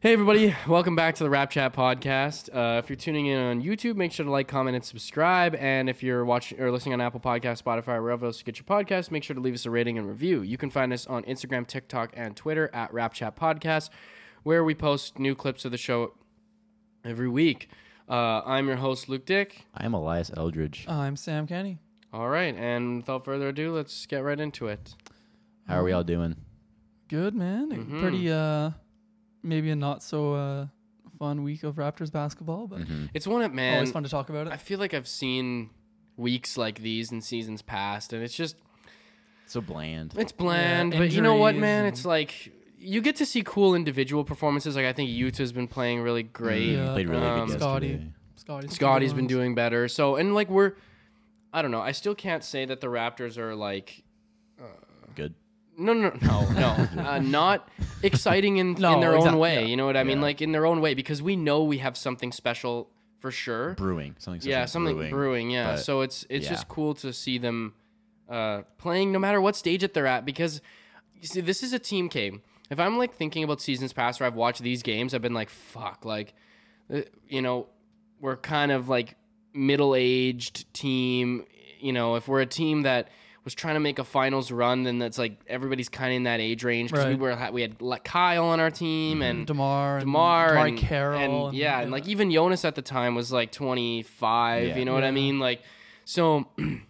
Hey, everybody. Welcome back to the Rap Chat podcast. Uh, if you're tuning in on YouTube, make sure to like, comment, and subscribe. And if you're watching or listening on Apple Podcasts, Spotify, wherever else you get your podcast, make sure to leave us a rating and review. You can find us on Instagram, TikTok, and Twitter at Rap Chat Podcast, where we post new clips of the show every week. Uh, I'm your host, Luke Dick. I'm Elias Eldridge. I'm Sam Kenny. All right. And without further ado, let's get right into it. How are we all doing? Good man. A Mhm. Pretty uh, maybe a not so uh fun week of Raptors basketball, but It's one up, man. always fun to talk about it. I feel like I've seen weeks like these in seasons past, and it's just So bland. it's bland. but you know what, injuries man? and- It's like you get to see cool individual performances. Like I think Utah's been playing really great. Yeah. Played really Um, good Scotty. yesterday. Scotty's been Scotty's good been ones. doing better. So and like we're, I don't know. I still can't say that the Raptors are like Good. no, no, no, no, no. uh, not exciting in, in No, their own exact- way. yeah. You know what I mean? Yeah. Like in their own way because we know we have something special for sure. Brewing. Something special yeah, something brewing. yeah, but- so it's it's yeah. just cool to see them uh, playing no matter what stage that they're at because you see this is a team game. If I'm like thinking about seasons past where I've watched these games, I've been like, fuck, like, uh, you know, we're kind of like middle aged team. You know, if we're a team that was trying to make a finals run, then that's like everybody's kind of in that age range because we Right. were we had like Kyle on our Mm-hmm. team and Demar, and Demar Demar and, Carroll, and, yeah, and like even Jonas at the time was like 25. Yeah. You know what I Yeah. mean? Like, so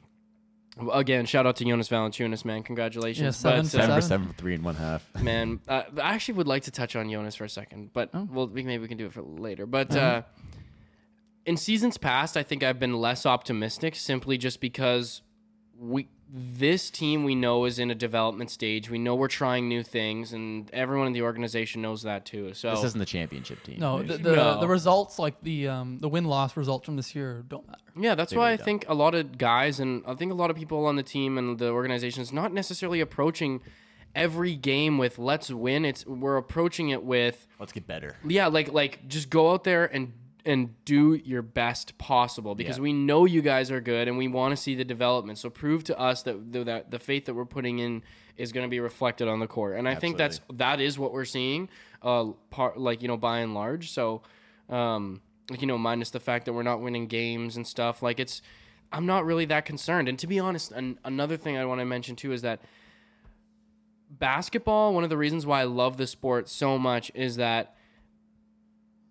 again, shout out to Jonas Valanciunas, man. Congratulations, Yeah, seven But, for uh, Seven for Seven. seven for three and one half. man. Uh, I actually would like to touch on Jonas for a second, but Oh. we'll, we, maybe we can do it for later. But uh, in seasons past, I think I've been less optimistic simply just because we this team we know is in a development stage. We know we're trying new things, and everyone in the organization knows that too. So This isn't the championship team. no, Maybe. the, the, No. the results like the um the win loss result from this year don't matter. Yeah, that's They why really I don't. think a lot of guys and I think a lot of people on the team and the organization is not necessarily approaching every game with let's win. It's we're approaching it with Let's get better. yeah, like like just go out there and and do your best possible because Yeah. we know you guys are good and we want to see the development. So prove to us that the, that the faith that we're putting in is going to be reflected on the court. And I think that's that is what we're seeing uh part like you know by and large. So um like you know minus the fact that we're not winning games and stuff like it's I'm not really that concerned. And to be honest, an, another thing I want to mention too is that basketball, one of the reasons why I love the sport so much is that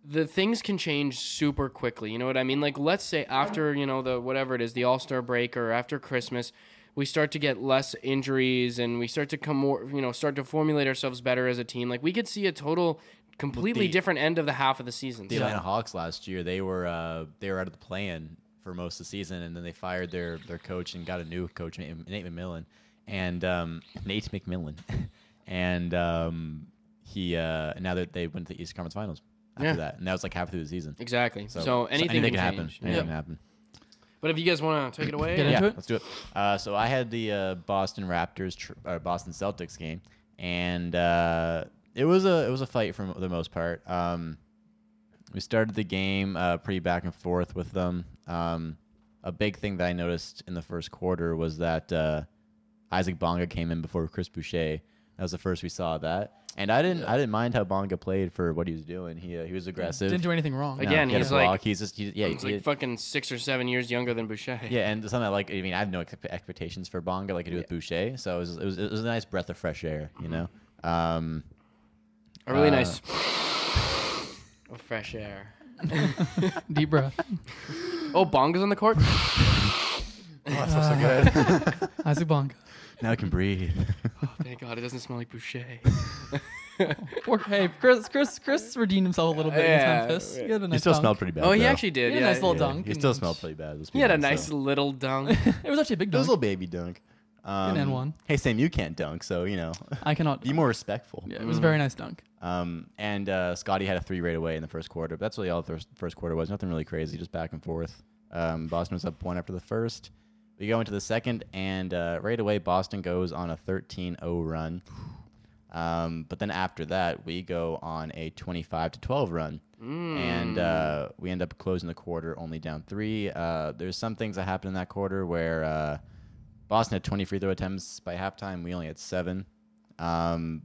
the things can change super quickly. You know what I mean? Like let's say after, you know, the whatever it is, the All-Star break or after Christmas, we start to get less injuries and we start to come more, you know, start to formulate ourselves better as a team. Like we could see a total completely the- different end of the half of the season. The So- Atlanta Hawks last year, they were uh, they were out of the plan for most of the season, and then they fired their their coach and got a new coach, Nate Nate McMillan, and um, Nate McMillan, and um, he uh, now that they went to the East Conference Finals after Yeah. that, and that was like half through the season. Exactly. So, anything, can, happen. change. Anything Yeah. can happen. But if you guys want to take it away, Get yeah, into it? let's do it. Uh, so I had the uh, Boston Raptors tr- or Boston Celtics game, and uh, it was a it was a fight for the most part. Um, we started the game uh, pretty back and forth with them. Um, a big thing that I noticed in the first quarter was that uh, Isaac Bonga came in before Chris Boucher. That was the first we saw of that, and I didn't I didn't mind how Bonga played for what he was doing. He uh, he was aggressive. Didn't do anything wrong. Again, he had a he's like- block. he's just he, yeah. It's he- like fucking six or seven years younger than Boucher. yeah, and something I like. I mean, I have no ex- expectations for Bonga like I do with Boucher, so it was, it was it was a nice breath of fresh air, you know. Um, A really Uh, nice of fresh air. Deep breath. Oh, Bonga's on the court? so good. Isaac Bonga. now I can breathe. Thank God it doesn't smell like Boucher. Or, hey, Chris, Chris, Chris redeined himself a little bit Yeah, against Memphis. yeah. He had a he nice still dunk. smelled pretty bad. oh, he though. actually did. He Yeah, had a nice little Yeah, dunk He and- still smelled pretty bad. let's be He had a honest, nice so. little dunk. It was actually a big It was dunk. a little baby dunk. Um, and one. Hey Sam, you can't dunk, so you know, I cannot. be more Mm-hmm. respectful. Yeah, it was a very nice dunk. Um, and uh, Scotty had a three right away in the first quarter. But that's really all the first, first quarter was. Nothing really crazy, just back and forth. Um, Boston was up one after the first. We go into the second, and uh, right away, Boston goes on a 13 0 run. Um, but then after that, we go on a 25 to 12 run. And Hmm. uh, we end up closing the quarter only down three. Uh, there's some things that happened in that quarter where uh, Boston had 20 free throw attempts by halftime. We only had seven. Um,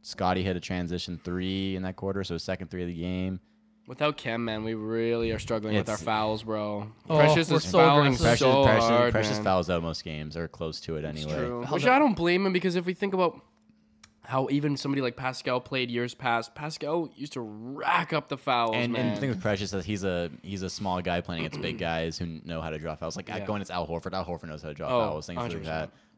Scotty hit a transition three in that quarter, so his second three of the game. Without Kem, man, we really are struggling with our It's- fouls, bro. Oh, Precious we're is so fouling aggressive. Precious, so Precious, hard, Precious man. fouls out most games or close to it It's anyway. true. How Which the- I don't blame him because if we think about how even somebody like Pascal played years past, Pascal used to rack up the fouls, And, man. and the thing with Precious is he's a he's a small guy playing against big guys who know how to draw fouls. Like Yeah. going against Al Horford, Al Horford knows how to draw Oh, fouls, things like 100%.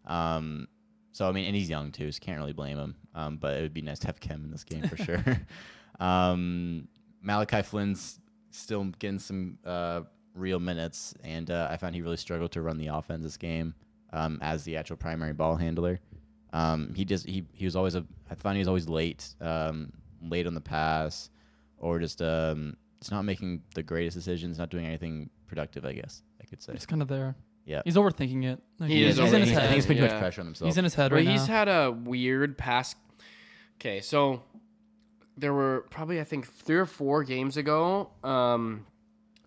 that. Um, so I mean, and he's young too, so can't really blame him. Um, but it would be nice to have Kim in this game for sure. um, Malachi Flynn's still getting some uh, real minutes, and uh, I found he really struggled to run the offense this game um, as the actual primary ball handler. Um, he just he he was always a I found he was always late, um, late on the pass, or just um, just not making the greatest decisions, not doing anything productive. I guess I could say. It's kind of there. Yeah. He's overthinking it. Like, He is he's in his overthinking it. I head. think he's He's, putting too Yeah. much pressure on himself. in his head But right he's now. had a weird pass. Okay, so there were probably I think three or four games ago. Um,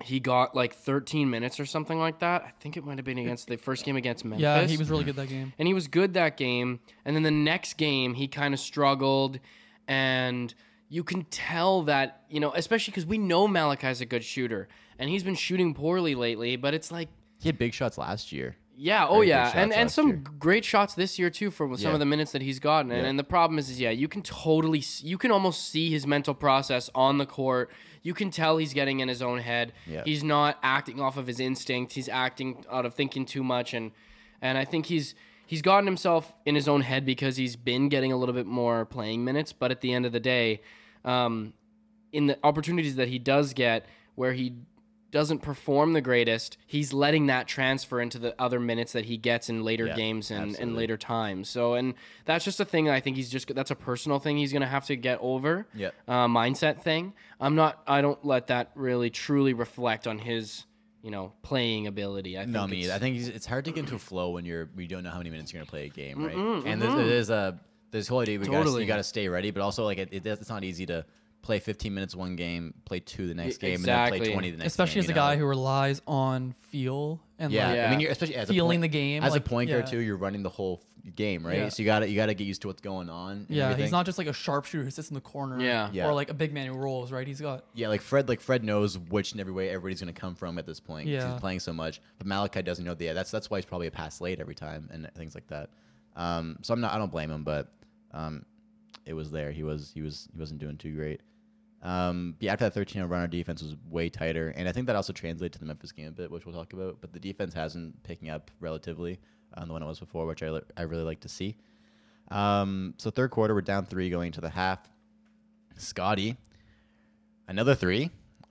he got like 13 minutes or something like that. I think it might have been against the first game against Memphis. yeah, he was really good that game. and he was good that game. And then the next game, he kind of struggled, and you can tell that you know, especially because we know Malachi's a good shooter, and he's been shooting poorly lately. But it's like, he had big shots last year. yeah, oh Very good yeah, shots and and last some year. great shots this year too for some Yeah. of the minutes that he's gotten. And, Yeah. and the problem is, is yeah, you can totally, s- you can almost see his mental process on the court. You can tell he's getting in his own head. Yeah. He's not acting off of his instinct. He's acting out of thinking too much, and and I think he's he's gotten himself in his own head because he's been getting a little bit more playing minutes. But at the end of the day, um, in the opportunities that he does get where he doesn't perform the greatest, he's letting that transfer into the other minutes that he gets in later Yeah, games and, and absolutely. later times. So, and that's just a thing that I think he's just, that's a personal thing he's going to have to get over. Yeah. Uh, mindset thing. I'm not, I don't let that really truly reflect on his, you know, playing ability. I think No, me. it's- either. I think it's, it's hard to get into a flow when you're we don't know how many minutes you're gonna play a game, right? Mm-mm, and there's, there's a this whole idea we gotta, Totally. you got to stay ready, but also like it, it, it's not easy to play 15 minutes one game, play two the next game, and then play E, exactly. 20 the next. Especially game, as a you know? guy who relies on feel and Yeah, like Yeah. I mean, you're, especially as a point, feeling the game, as like, a point guard yeah. too. You're running the whole f- game, right? Yeah. So you got to you got to get used to what's going on. and yeah, everything. he's not just like a sharpshooter who sits in the corner. Yeah. Yeah. Or like a big man who rolls, right? He's got Yeah, like Fred, like Fred knows which and every way everybody's gonna come from at this point. 'cause Yeah. he's playing so much, but Malachi doesn't know the. Yeah, that's that's why he's probably a pass late every time and things like that. Um, so I'm not, I don't blame him, but um, it was there. He was, he was, he wasn't doing too great. Um, yeah, after that 13 run, our defense was way tighter, and I think that also translated to the Memphis game a bit, which we'll talk about. But the defense hasn't picking up relatively on the one it was before, which I, li- I really like to see. Um, so third quarter, we're down three going into the half. Scotty, another three,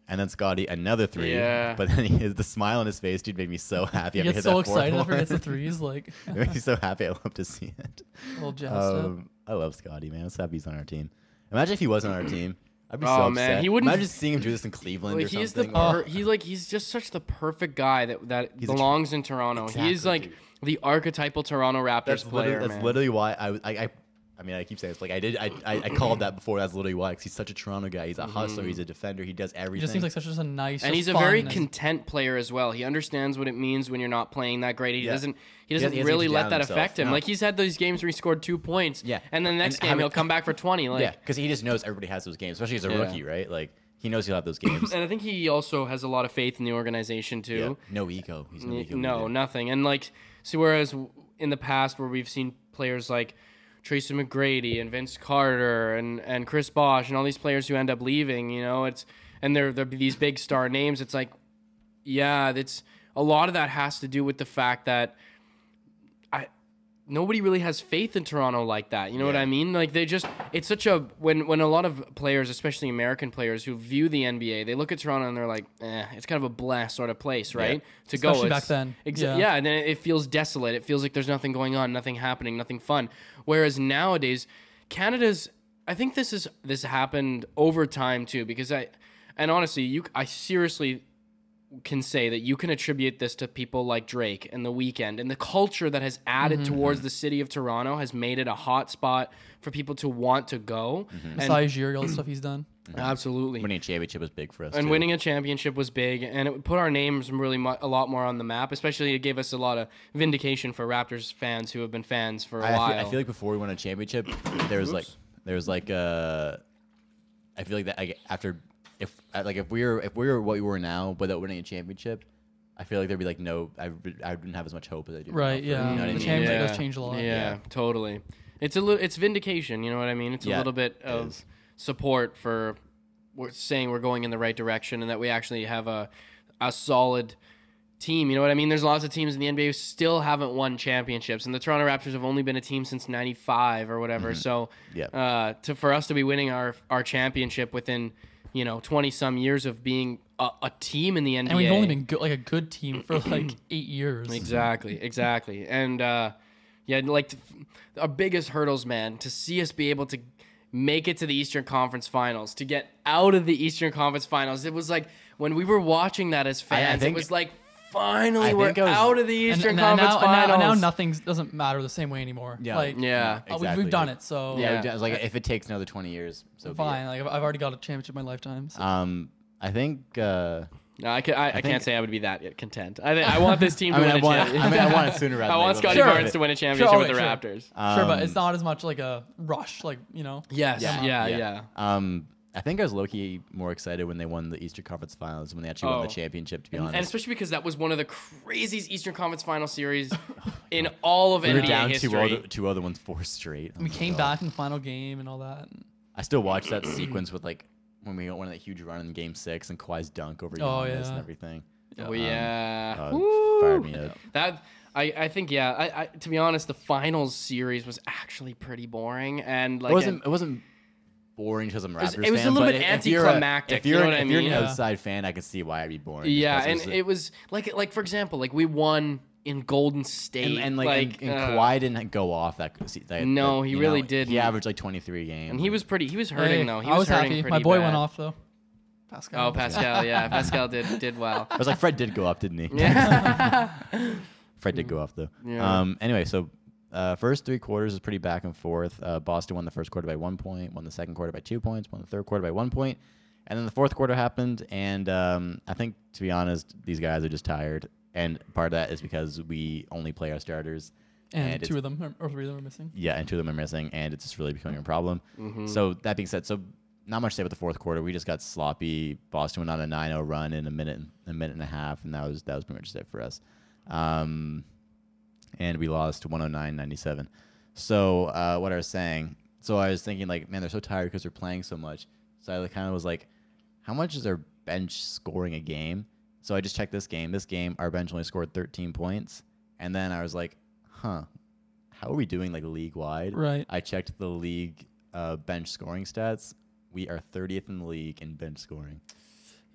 and then Scotty another three. Yeah. But then he, the smile on his face, dude, made me so happy. he after gets he hit so that fourth excited after he hits the one. threes, like it makes me so happy. I love to see it. a little jazzed up. Um, I love Scotty, man. I'm so happy he's on our team. Imagine if he wasn't on our team. I'd be so Oh, upset. man, he wouldn't- Imagine seeing him do this in Cleveland Like, or he's the something. per- he's like he's just such the perfect guy that that a tr- belongs in Toronto. he is Exactly, like dude. the archetypal Toronto Raptors that's player. literally, that's man. literally why I, was- I I I mean I keep saying it's like I did I, I, I called that before. That's literally why 'cause he's such a Toronto guy. He's a hustler. He's a defender. He does everything. He just seems like such just a nice and just he's a fun very and- content player as well. He understands what it means when you're not playing that great. He Yeah. doesn't he doesn't- doesn't he doesn't really get let down that himself, affect him. no. Like he's had those games where he scored two points. Yeah. And then the next And game having- he'll come back for twenty. Like yeah, because he just knows everybody has those games, especially as a Yeah. rookie, right? Like he knows he'll have those games. and I think he also has a lot of faith in the organization too. Yeah. No ego. He's no N- ego. No, either. nothing. And like, see, whereas w- in the past where we've seen players like Tracy McGrady and Vince Carter and and Chris Bosh and all these players who end up leaving, you know, it's and they're they're these big star names. It's like, yeah, that's a lot of that has to do with the fact that I nobody really has faith in Toronto like that. You know what Yeah. I mean? Like they just it's such a when when a lot of players, especially American players who view the NBA, they look at Toronto and they're like, eh, it's kind of a bleh sort of place, right? To go Especially back it's- then. exa- Yeah. yeah. and then it feels desolate. It feels like there's nothing going on, nothing happening, nothing fun. Whereas nowadays, Canada's I think this is this happened over time too because I and honestly, you I seriously can say that you can attribute this to people like Drake and The Weeknd and the culture that has added Mm-hmm. towards the city of Toronto has made it a hot spot for people to want to go. And Masai Ujiri, all the stuff he's done. absolutely. Mm-hmm. Winning a championship was big for us. and too. winning a championship was big, and it put our names really mu- a lot more on the map. Especially, it gave us a lot of vindication for Raptors fans who have been fans for a I while. feel, I feel like before we won a championship, there was like There was like a. I feel like that like, after if I- like if we were if we were what we were now without winning a championship, I feel like there'd be like no I would- I wouldn't have as much hope as I do. now Right, for- yeah. You know what I The Mm, mean? championship- Hamlet does change a lot. Yeah, totally. It's a li- it's vindication. You know what I mean? It's Yeah, a little bit it of is. support for we're saying we're going in the right direction and that we actually have a a solid team. You know what I mean? There's lots of teams in the NBA who still haven't won championships, and the Toronto Raptors have only been a team since '95 or whatever. So, Mm-hmm. Yep. uh, to for us to be winning our our championship within you know 20 some years of being a, a team in the NBA, And we've only been good, like a good team for like eight years. Exactly, exactly. And uh, yeah, like t- our biggest hurdles, man, to see us be able to make it to the Eastern Conference Finals, to get out of the Eastern Conference Finals. It was like when we were watching that as I fans, think- it was like finally I we're think I was- out of the And, Eastern and Conference now, Finals. and now, and now nothing doesn't matter the same way anymore. Yeah. Like, yeah. uh, we- we've done it, so Yeah. Yeah, I was like if it takes another twenty years, so be it. fine. Like I've I've already got a championship in my lifetime. So. Um, I think. Uh, No, I, can, I, I, think- can't say I would be that content. I, think I want this team to I mean, I win a want. championship. I mean, I want it sooner rather I than want later. Scotty Sure. Barnes to win a championship Sure, with the sure. Raptors. sure, but Um, it's not as much like a rush. Like you know, Yes. Yeah. Yeah. yeah. Um, I think I was low-key more excited when they won the Eastern Conference Finals when they actually won the Oh. championship. To be And honest, especially because that was one of the craziest Eastern Conference Final series in all of we were NBA down two history. other two other ones four straight. Oh we my came God. back in the final game and all that. and- I still watch that sequence with like when we won that huge run in Game Six and Kawhi's dunk over Giannis and yeah. everything. Oh yeah, Uh, Oh, Woo! fired me up. that I, I think yeah. I, I to be honest, the finals series was actually pretty boring and like It wasn't. It wasn't. Boring because I'm a was- Raptors it was a fan, little but bit if you're a- anticlimactic, If you you're, know an- what I if you're an mean? Yeah. outside fan, I can see why I'd be boring. yeah, because and it's- it was like like for example, like we won in Golden State and, and like, and, and uh, Kawhi didn't go off that. that No, that- he you really know, didn't. He averaged like 23 a game. and he was pretty. He was hurting Hey, though. He I was hurting happy. pretty My boy bad. went off though. Pascal. Oh, Pascal, yeah, Pascal did did well. I was like, Fred did go up, didn't he? Yeah. Fred did go off though. Yeah. Um. Anyway, so uh, first three quarters is pretty back and forth. Uh, Boston won the first quarter by one point, won the second quarter by two points, won the third quarter by one point, and then the fourth quarter happened. And um, I think to be honest, these guys are just tired, and part of that is because we only play our starters. and, and it's- two of them or, or three of them are missing. Yeah, and two of them are missing, and it's just really becoming a problem. So that being said, so not much to say about the fourth quarter. We just got sloppy. Boston went on a 9-0 run in a minute, a minute and a half, and that was that was pretty much it for us. Um, and we lost 109-97. So uh, what I was saying, so I was thinking like, man, they're so tired because they're playing so much. So I kind of was like, how much is our bench scoring a game? So I just checked this game. This game, our bench only scored 13 points, and then I was like, huh, how are we doing like league wide? Right. I checked the league uh, bench scoring stats. We are 30th in the league in bench scoring.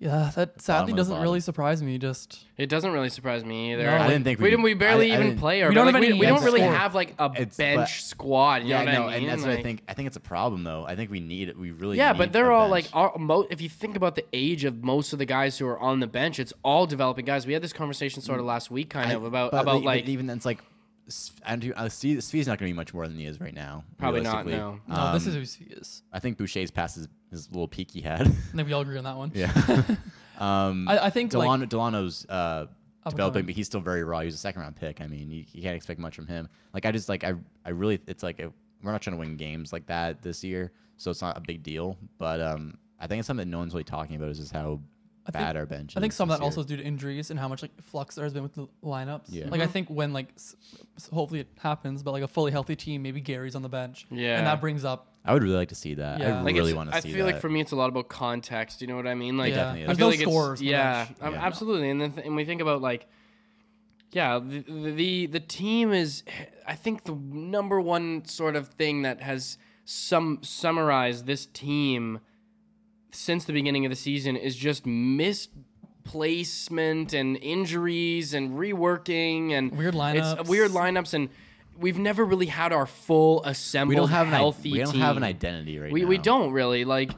Yeah, that sadly of the doesn't bottom. really surprise me. Just It doesn't really surprise me either. No. I Like, didn't think we we didn't. could- We barely I- I even didn't- play. Our, We don't like, have any we don't depth really score. have like a It's- bench but- squad. You know what I mean? and that's what I Like- think. I think it's a problem though. I think we need we really Yeah, need but they're a all like, bench. all, mo- if you think about the age of most of the guys who are on the bench, it's all developing guys. We had this conversation sort of last week, kind Mm. I- of about but about e- like but even then it's like S- I do I see Svi's not going to be much more than he is right now. Probably not, realistically. no, Um, this is who she is. I think Boucher's past his, his little peak he had. I think we all agree on that one. yeah. um, I, I think like Delano, Delano's uh, and developing, coming. but he's still very raw. He's a second round pick. I mean, you, you can't expect much from him. Like I just like I I really it's like if- we're not trying to win games like that this year, so it's not a big deal. But um, I think it's something that no one's really talking about is just how think- bad our bench. I think is some of this that year. also is due to injuries and how much like flux there has been with the lineups. Yeah. Like I think when like s- s- hopefully it happens, but like a fully healthy team, maybe Gary's on the bench. Yeah. And that brings up I would really like to see that. I Yeah. Like, really it's- want I to see feel that. like for me, it's a lot about context. You know what I mean? Like, yeah. definitely is. I There's feel no like it's- scores. on the Yeah, bench. um, Yeah. absolutely. And then th- and we think about like, yeah, the, the the team is, I think the number one sort of thing that has some summarized this team since the beginning of the season is just misplacement and injuries and reworking and Weird It's weird lineups. lineups and. We've never really had our full assembled we don't have an, i- healthy we don't team have an identity right we, now. we don't really like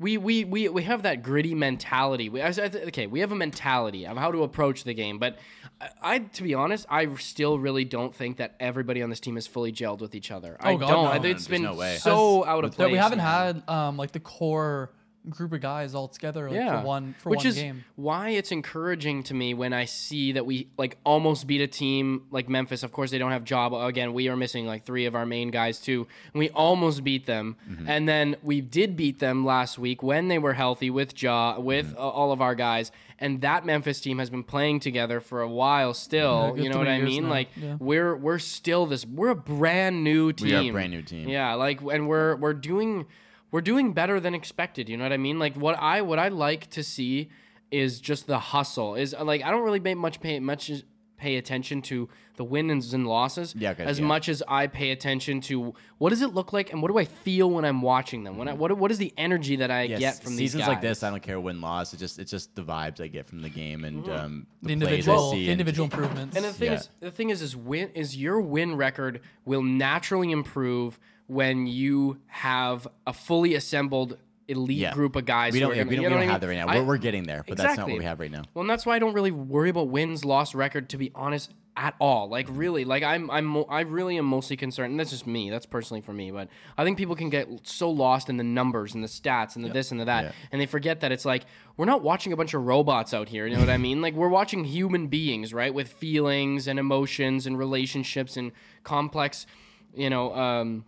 we we we, we have that gritty mentality we, I, I- okay we have a mentality of how to approach the game but I, I to be honest i still really don't think that everybody on this team is fully gelled with each other i Oh, God, don't no. I think it's There's been no way. so As- out of that place we haven't man. had um like the core group of guys all together like, Yeah. for one for Which one is game. why it's encouraging to me when I see that we like almost beat a team like Memphis. Of course, they don't have job again. We are missing like three of our main guys too. And we almost beat them, Mm-hmm. and then we did beat them last week when they were healthy with Jaw with Mm-hmm. uh, all of our guys. And that Memphis team has been playing together for a while still. Yeah, good you know what three I years mean? now. Like Yeah. we're we're still this. We're a brand new team. We are a brand new team. Yeah, like and we're we're doing we're doing better than expected. You know what I mean? Like what I what I like to see is just the hustle. Is uh, like I don't really pay much pay much is- pay attention to the wins and losses Yeah, 'cause- as yeah. much as I pay attention to what does it look like and what do I feel when I'm watching them? When I, what what is the energy that I Mm-hmm. Yes, get from these seasons like this, guys? I don't care win loss. It's just it's just the vibes I get from the game and Mm-hmm. um, The, plays I individual see the and- individual improvements. And the thing Yeah. is, the thing is, is win is your win record will naturally improve when you have a fully assembled elite Yeah. group of guys. we who don't, are yeah, gonna- we don't, you we know don't what I have that mean? right now. I- we're, we're getting there, but that's not what Exactly. we have right now. Well, and that's why I don't really worry about wins loss record to be honest at all. Like really, like I'm I'm mo- I really am mostly concerned. And that's just me. That's personally for me. But I think people can get so lost in the numbers and the stats and the this and the that, Yeah. and they forget that it's like we're not watching a bunch of robots out here. You know what I mean? Like we're watching human beings, right, with feelings and emotions and relationships and complex, you know. um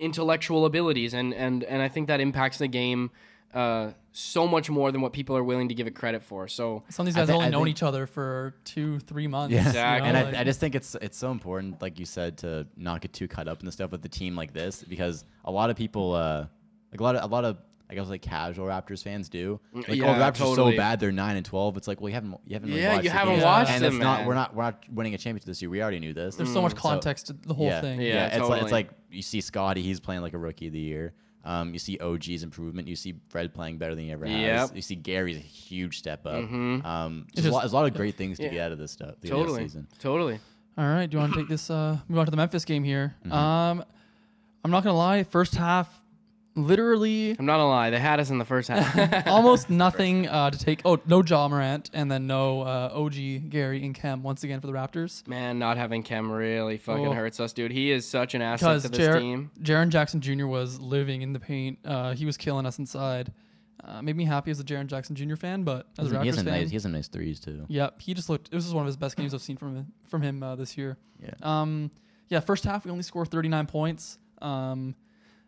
intellectual abilities and and and I think that impacts the game uh, so much more than what people are willing to give it credit for. So Some of these I guys thi- only I known think- each other for two, three months. Yeah, Exactly. and like- I, I just think it's it's so important, like you said, to not get too caught up in the stuff with the team like this, because a lot of people, uh, like a lot of a lot of I guess like casual Raptors fans do, like oh, Mm, yeah, the Raptors are totally. so bad, they're nine and twelve. It's like well, you haven't you haven't really Yeah, watched you the haven't games. watched and them, it's not man. we're not we're not winning a championship this year. We already knew this. there's so much context to the whole mm, yeah, thing. Yeah, Yeah, it's like totally. it's like you see Scotty, he's playing like a rookie of the year. Um, you see OG's improvement. You see Fred playing better than he ever has. Yep. Mm-hmm. You see Gary's a huge step up. Um, It there's a is- lot, there's a lot of great things to Yeah. get out of this stuff. the- This totally, season. totally. All right. Do you want to take this? Uh, move on to the Memphis game here. Mm-hmm. Um, I'm not gonna lie. First half, literally I'm not gonna lie, they had us in the first half. almost nothing uh, to take. Oh, no Ja Morant, and then no uh, OG Gary and Kem once again for the Raptors Man, not having Cam really fucking Oh. hurts us, dude. He is such an asset because to this team. Jaron Jackson Jr. was living in the paint. Uh, he was killing us inside. Uh, made me happy as a Jaron Jackson Jr. fan, but as a he has Raptors some fan, nice, he has some nice threes too. Yep, he just looked. This is one of his best games I've seen from him- from him uh, this year. Yeah. Um, yeah. First half, we only scored 39 points. Um,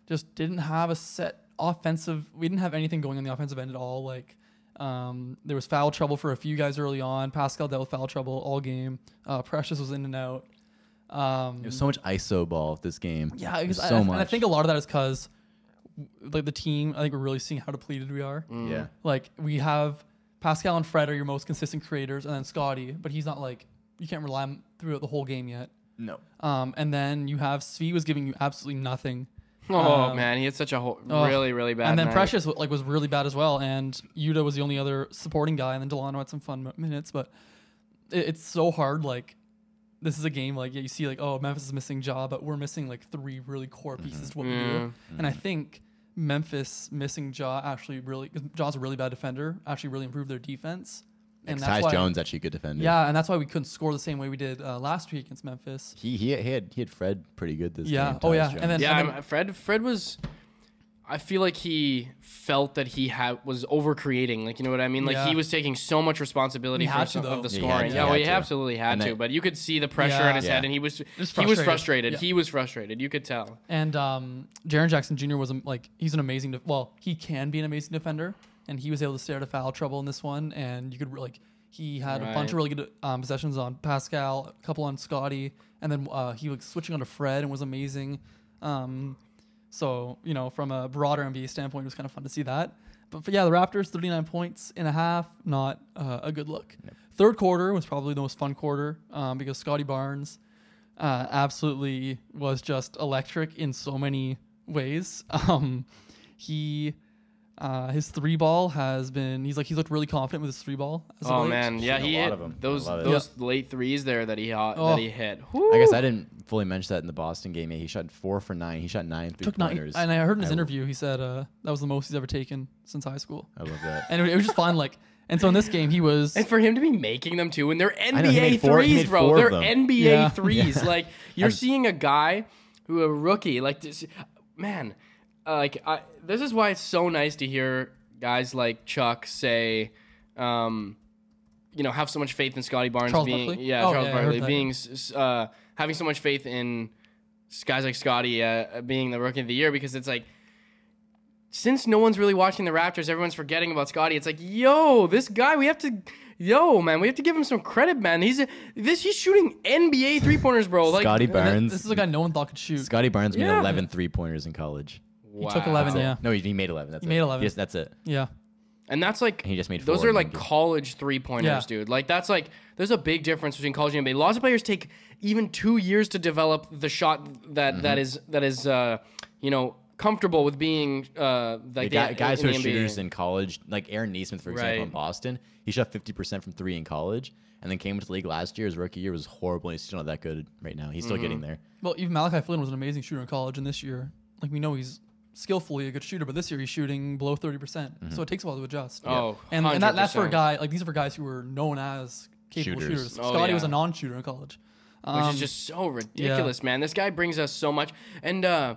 just didn't have a set offensive. We didn't have anything going on the offensive end at all. Like, um, there was foul trouble for a few guys early on. Pascal dealt with foul trouble all game. Uh, Precious was in and out. Um, There's so much ISO ball this game. yeah, There's because I, so I- much. and I think a lot of that is because like the team. I think we're really seeing how depleted we are. Mm. yeah, Like we have Pascal and Fred are your most consistent creators, and then Scotty, but he's not like you can't rely on him throughout the whole game yet. no, Um, and then you have Svi was giving you absolutely nothing, Oh Um, man, he had such a ho- oh, really really bad. and then night. Precious wa- like was really bad as well, and Yuta was the only other supporting guy, and then Delano had some fun mo- minutes, but it, it's so hard. Like this is a game like yeah, you see like oh Memphis is missing Ja, but we're missing like three really core pieces to what we do, Mm-hmm. Yeah. and I think. Memphis missing Jaw actually really because Jaw's a really bad defender actually really improved their defense and that's Tyus why- Jones actually a good defender. Yeah, and that's why we couldn't score the same way we did uh, last week against Memphis. he he he had he had Fred pretty good this Yeah, game. oh Tyus yeah, Jones. and then Yeah, and then- I'm- Fred. Fred was. I feel like he felt that he had was overcreating. Like you know what I mean. Like he Yeah. was taking so much responsibility He for had some to, of though. the Yeah, he had scoring. to. Yeah, well, He he had to. absolutely had And to. then- But you could see the pressure Yeah. on his Yeah. head, and he was he was frustrated. frustrated. Yeah. He was frustrated. You could tell. and um, Jaron Jackson Jr. was um, like he's an amazing. def well, he can be an amazing defender, and he was able to stay out of foul trouble in this one. And you could re- like he had a bunch of Right. really good um, possessions on Pascal, a couple on Scotty, and then uh, he was switching onto Fred and was amazing. Um, so you know, from a broader NBA standpoint, it was kind of fun to see that. But for, yeah, the Raptors, 39 points and a half, not uh, a good look. Third quarter was probably the most fun quarter um, because Scotty Barnes uh, absolutely was just electric in so many ways. Um, he uh, his three ball has been he's like he's looked really confident with his three ball. as of Oh late. man, yeah, seen a he lot hit of 'em. I those love it. those late threes there that he hot, Oh. that he hit. I guess Woo! I didn't fully mention that in the Boston game. Yeah, he shot four for nine. He shot nine three took nine. pointers. And I heard in his I- interview he said uh, that was the most he's ever taken since high school, I love that. and it, it was just fun. Like, and so in this game he was and for him to be making them too, and they're know, he NBA made four- he threes, made bro. four of They're them. NBA Yeah. threes. Like you're And- seeing a guy who a rookie like this, man. Uh, uh, like I, this is why it's so nice to hear guys like Chuck say, um, you know, have so much faith in Scotty Barnes Charles being Barkley? yeah Oh, Charles yeah, I heard Barkley that. being s- s- uh, having so much faith in s- guys like Scotty uh, being the rookie of the year because it's like. Since no one's really watching the Raptors, everyone's forgetting about Scotty. It's like, yo, this guy, we have to, yo, man, we have to give him some credit, man. He's a, this, he's shooting NBA three pointers, bro. Like, Scotty And th- Barnes. This is a guy no one thought could shoot. Scotty Barnes made Yeah. 11 three pointers in college. wow. took 11, That's it. yeah. No, he, he made 11. That's He it. made 11. Yes, that's it. Yeah. And that's like He just made those four are and like then just- college three pointers, Yeah. dude. Like that's like there's a big difference between college and NBA. Lots of players take even two years to develop the shot that Mm-hmm. that is that is uh you know comfortable with being uh The like guy- the, guys in who are the NBA. shooters in college, like Aaron Neesmith, for example, Right. in Boston, he shot 50% from three in college and then came into the league last year. His rookie year was horrible. and He's still not that good right now. He's still getting there. Well, even Malachi Flynn was an amazing shooter in college, and this year, like we know he's skillfully a good shooter, but this year he's shooting below 30%. percent So it takes a while to adjust. Mm-hmm. Oh, and, and that, that's for a 100%. guy, like these are for guys who were known as capable Shooters. shooters. Oh, Scotty was yeah. a non shooter in college. which Um, is just so ridiculous, man. This guy brings us so much. And uh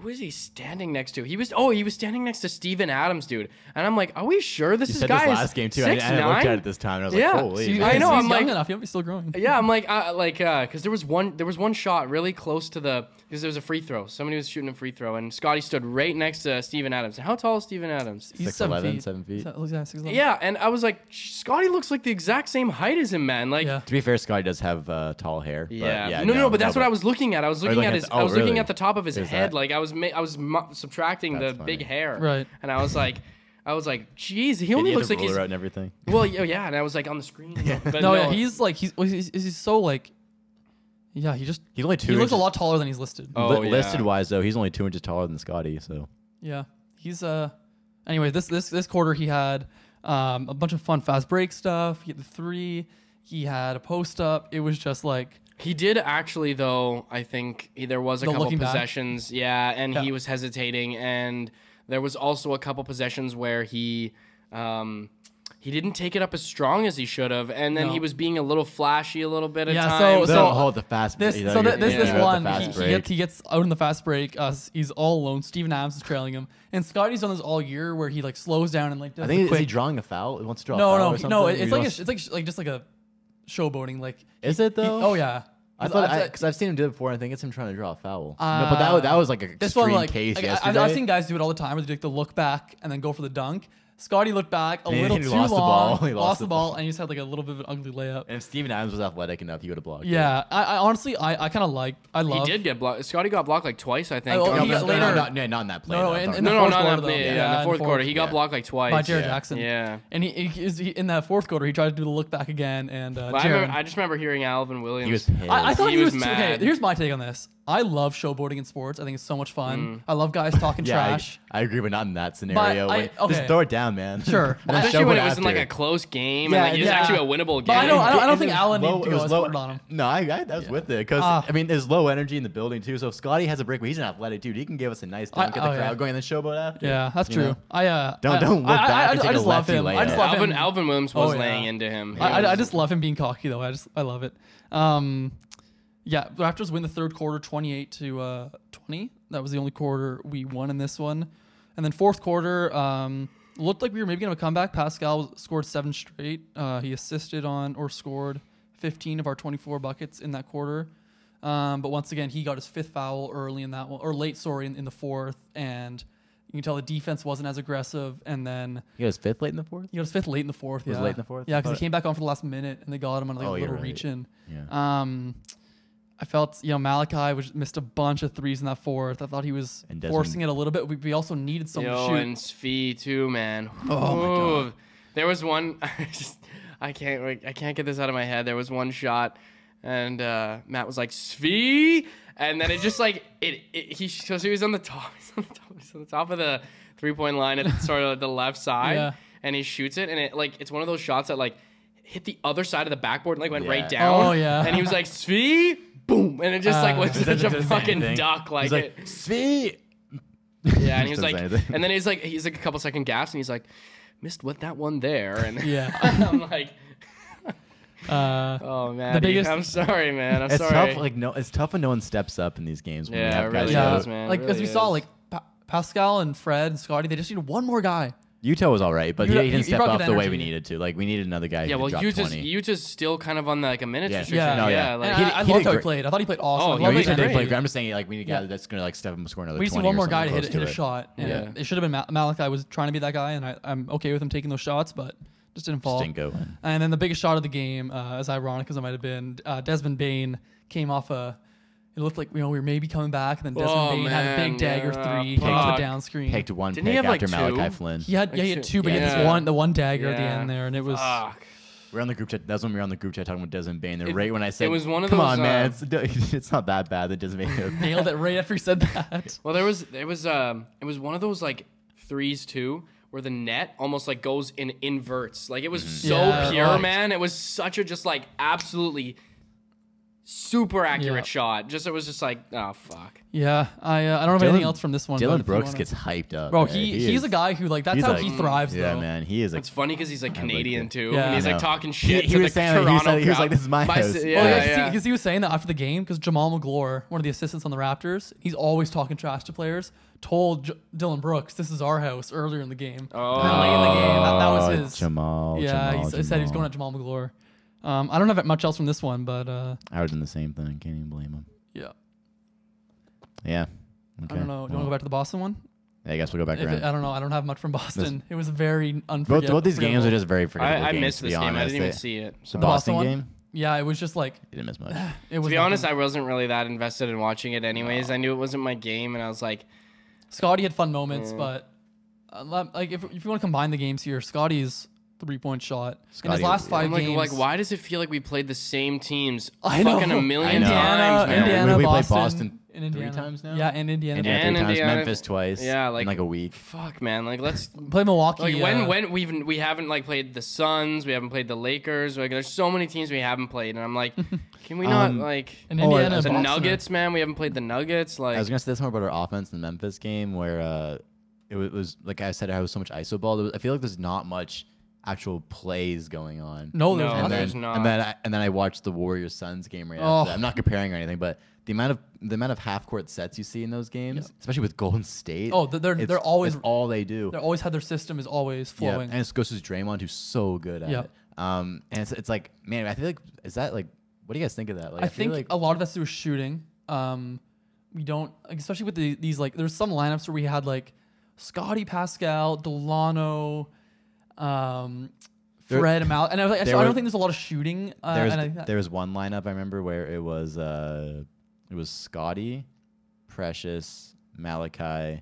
who is he standing next to? He was oh, he was standing next to Steven Adams, dude. And I'm like, are we sure this You is said guy this is last game, too. I, I 6'9"? looked at it this time and I was Yeah. like, holy. See, man. I know, He's I'm young like- enough. He's still growing. Yeah, I'm like, uh, like, uh, cause there was one, there was one shot really close to the, cause there was a free throw. Somebody was shooting a free throw, and Scotty stood right next to Steven Adams. How tall is Steven Adams? He's 6'11", seven feet. seven feet. Se- looks like six eleven. Yeah, and I was like, Scotty looks like the exact same height as him, man. Like, Yeah. To be fair, Scotty does have uh, tall hair. But yeah, yeah. no, no, no, but that's what I was looking at. I was looking looking at at his, the- I oh, was looking really? at the top of his Is head. that- Like, I was, ma- I was mu- subtracting the That's big funny. hair, Right. And I was like, I was like, jeez, he He only had looks a like he's, ruler out and everything. well, yeah, yeah, and I was like on the screen. But No, yeah, he's like he's, he's he's so like, yeah, he just He's only two. he looks a inches- lot taller than he's listed. Oh, li- yeah. listed wise though, he's only two inches taller than Scotty. So Yeah, he's uh. Anyway, this this this quarter he had um, a bunch of fun fast break stuff. He had the three. He had a post up. It was just like He did actually, though. I think he- there was a The couple looking back? possessions, yeah, and he Yeah. was hesitating, and there was also a couple possessions where he, um, he didn't take it up as strong as he should have, and then No. he was being a little flashy a little bit at Yeah, so- times. so- Don't hold the fast. this. yeah, so you're th- this thinking this about the one he, fast he break. gets he gets out in the fast break. Us he's all alone. Steven Adams is trailing him, and Scotty's done this all year where he like slows down and like does I a think is he quick. drawing a foul? He wants to draw. a no foul no or he- something? no Or it- he it's like a, wants- sh- it's like sh- like just like a showboating like. is it he- though? oh yeah. uh, I He's thought upset. because I've seen him do it before. and I think it's him trying to draw a foul. no, but that wa- that was like a This extreme one, like, case like, I, I've, yesterday. I've seen guys do it all the time where they take the look back and then go for the dunk. Scotty looked back a And he little too lost the long, ball. He lost, the ball, and he just had like a little bit of an ugly layup. and if Steven Adams was athletic enough, he would have blocked. it. yeah, I, I honestly, I, I kind of like, I he love. did get blocked. Scotty got blocked like twice, I think. Oh, on No, he the- but- later- no, not, no, not in that play. No, no, I'm in- talking in no, the about- no, fourth not quarter, in, though. yeah, yeah, Yeah, in the in fourth fourth- quarter. He got yeah. blocked like twice. by Jared Yeah. Jackson. Yeah. and he, he, is- he in that fourth quarter he tried to do the look back again, and uh, But I, Jared- remember, I just remember hearing Alvin Williams. He was pissed. I, I thought He he, was was, too, mad. okay. Here's my take on this. I love showboarding in sports. I think it's so much Mm. fun. I love guys talking yeah, I- trash. I, agree, but not in that scenario. I- Like, okay. Just throw it down, man. Sure. And then Especially show when it it was in like after. a close game, Yeah, and like, it was yeah. actually a winnable game. But I don't, I don't, I don't think It Allen was needed to it go was as hard on him. No, I, I, I was with it because Ah. I mean, there's low energy in the building too. So if Scotty has a break, but he's an athletic dude. He can give us a nice dunk, I- get the oh, yeah. crowd going, and then showboat after. Yeah, that's you true. know? I uh, Don't- I- don't look I- I- back I, and take I a just love lefty him. I layup. just love Alvin, him. Alvin Williams was Oh, yeah. laying into him. He I, I, I was- just love him being cocky though. I just I love it. Um, yeah, Raptors win the third quarter, twenty-eight to uh, twenty. That was the only quarter we won in this one, and then fourth quarter um, looked like we were maybe gonna come back. Pascal scored seven straight. Uh, he assisted on or scored fifteen of our twenty-four buckets in that quarter. Um, but once again, he got his fifth foul early in that one, or late, sorry, in, in the fourth, and you can tell the defense wasn't as aggressive. And then He was fifth late in the fourth. you know, it's fifth late in the fourth. Was yeah. late in the fourth? Yeah, because he Oh. came back on for the last minute and they got him on like Oh, a you're little right. reach in. Yeah. Um, I felt you know Malachi was missed a bunch of threes in that fourth. I thought he was And Desmond- forcing it a little bit. We, we also needed someone Yo, to shoot. and Svi too, man. Oh, Ooh. There was one. I just, I can't. like, I can't get this out of my head. There was one shot, and uh, Matt was like Svi, and then it just like it. it he so he was on the top. He's on the top. He's on the top of the three point line at sort of the left side, Yeah. and he shoots it, and it like it's one of those shots that like hit the other side of the backboard, and like went Yeah. right down. Oh, yeah. And he was like Svi, boom, and it just like Uh, was such a fucking duck. Like, He's it, like sweet. yeah, and he was Doesn't like, say anything. and then he's like, he's like a couple second gaps, and he's like, missed what that one there, and Yeah. I'm like, Uh, oh man, biggest- I'm sorry, man, I'm It's sorry. tough. Like no, it's tough when no one steps up in these games. When Yeah, we have it guys really show Yeah, yeah, is, up. man, it like as really we saw, is. like pa- Pascal and Fred and Scotty, they just need one more guy. Utah was all right, but Utah- he didn't he- he step brought up good the way we energy. needed to. Like we needed another guy. Yeah, who well, could drop Utah's 20. Utah's still kind of on the, like a minutes Yeah. Oh, restriction. Yeah. No, yeah. yeah. And like He- I, I he did loved how he great. played. I thought he played awesome. Oh, I yeah, No, love he that Utah did he didn't great. play great. I'm just saying, like we need a guy that's gonna like step up and score another. We just 20 need one or more something guy to hit, close hit a it. shot. And Yeah. It should have been Ma- Malachi was trying to be that guy, and I, I'm okay with him taking those shots, but just didn't fall. Just didn't go in. And then the biggest shot of the game, uh, as ironic as it might have been, uh, Desmond Bain came off a. It looked like you know we were maybe coming back, and then Desmond Oh, Bain had a man, big dagger yeah, three, came off fuck. the down screen. Picked one Didn't he pick have, like, after Malachi two? Flynn. He had yeah, he had two, but he had Yeah. this one, the one dagger at the Yeah. Ah. end there, and it was Fuck. We're on the group chat. That's when we were on the group chat talking about Desmond Bain. There, It- right when I said, it was one of "Come those, on, man, uh, it's, it's not that bad." That Desmond Bain. nailed it right after he said that. Well, there was there was um it was one of those like threes too where the net almost like goes in inverts. Like it was Mm-hmm. so Yeah. pure, Right. man. It was such a just like absolutely super accurate Yeah. shot. Just it was just like oh fuck. Yeah, I uh, I don't have anything else from this one. but if Dylan you Brooks wanna- gets hyped up. bro. man. He, He he's is- a guy who like that's he's how like- he thrives. Yeah, though. man, he is like It's funny because he's like Canadian it. too, Yeah. and he's I know. like talking shit. He- he to was the saying, like, he was Toronto like- he was like, crowd. "This is my house." si- Oh, Yeah, Oh, yeah, yeah, because he, was saying that after the game, because Jamal McGlure, one of the assistants on the Raptors, he's always talking trash to players, told J- Dylan Brooks, this is our house earlier in the game. Oh. And then late in the game, that, that was Oh, his. Jamal. yeah, he Jamal, s- he said he was Jamal. going at Jamal McGlure. Um, I don't have much else from this one, but uh, I would have done the same thing. Can't even blame him. yeah. Yeah. Okay. I don't know. Do you want to go back to the Boston one? Yeah, I guess we'll go back If around. it, I don't know. I don't have much from Boston. it was very unforgettable. both, both these games are just very forgettable. I, I games, missed to this be game. Honest. I didn't even They- see it. The So. Boston, Boston one? game. Yeah, it was just like He didn't miss much. it was. To be nothing. honest, I wasn't really that invested in watching it anyways. I knew it wasn't my game, and I was like, Scotty had fun moments, but uh, le- like if, if you want to combine the games here, Scotty's three point shot in his Scotty- last five I'm like, games. like, why does it feel like we played the same teams I know. fucking a million I know. times, man? Indiana. We- we played Boston and three Indiana. times now? Yeah, and Indiana. Indiana And three times, Indiana- Memphis twice. Yeah, in like- like a week. Fuck, man. Like, let's Play Milwaukee. like when uh, when we've we haven't like played the Suns, we haven't played the Lakers. Like, there's so many teams we haven't played, and I'm like, can we not Um, like and Oh, Indiana as the and Boston are- Nuggets, man? We haven't played the Nuggets. Like, I was gonna say this more about our offense in the Memphis game, where uh, it was, was like I said, I was so much iso ball. There was- I feel like there's not much actual plays going on. No, there's No, nothing. and then, there's not. And then I, and then I watched the Warriors Suns game right Oh. after. That. I'm not comparing or anything, but the amount of the amount of half court sets you see in those games, especially with Golden State. Oh, they're- they're- it's- they're always- it's all they do. They always had their system is always Yeah, flowing. and it goes to Draymond, who's so good at Yeah. it. Um, and it's, it's like, man, I feel like is that like, what do you guys think of that? Like, I feel think like a lot of that's through shooting. Um, we don't, like, especially with the, these like. There's some lineups where we had like Scotty Pascal, Delano, um, There- Fred, and Mal, and I, was like, there so I don't were- think there's a lot of shooting. Uh, there was and I, think that- there was one lineup I remember where it was uh, it was Scotty, Precious, Malachi,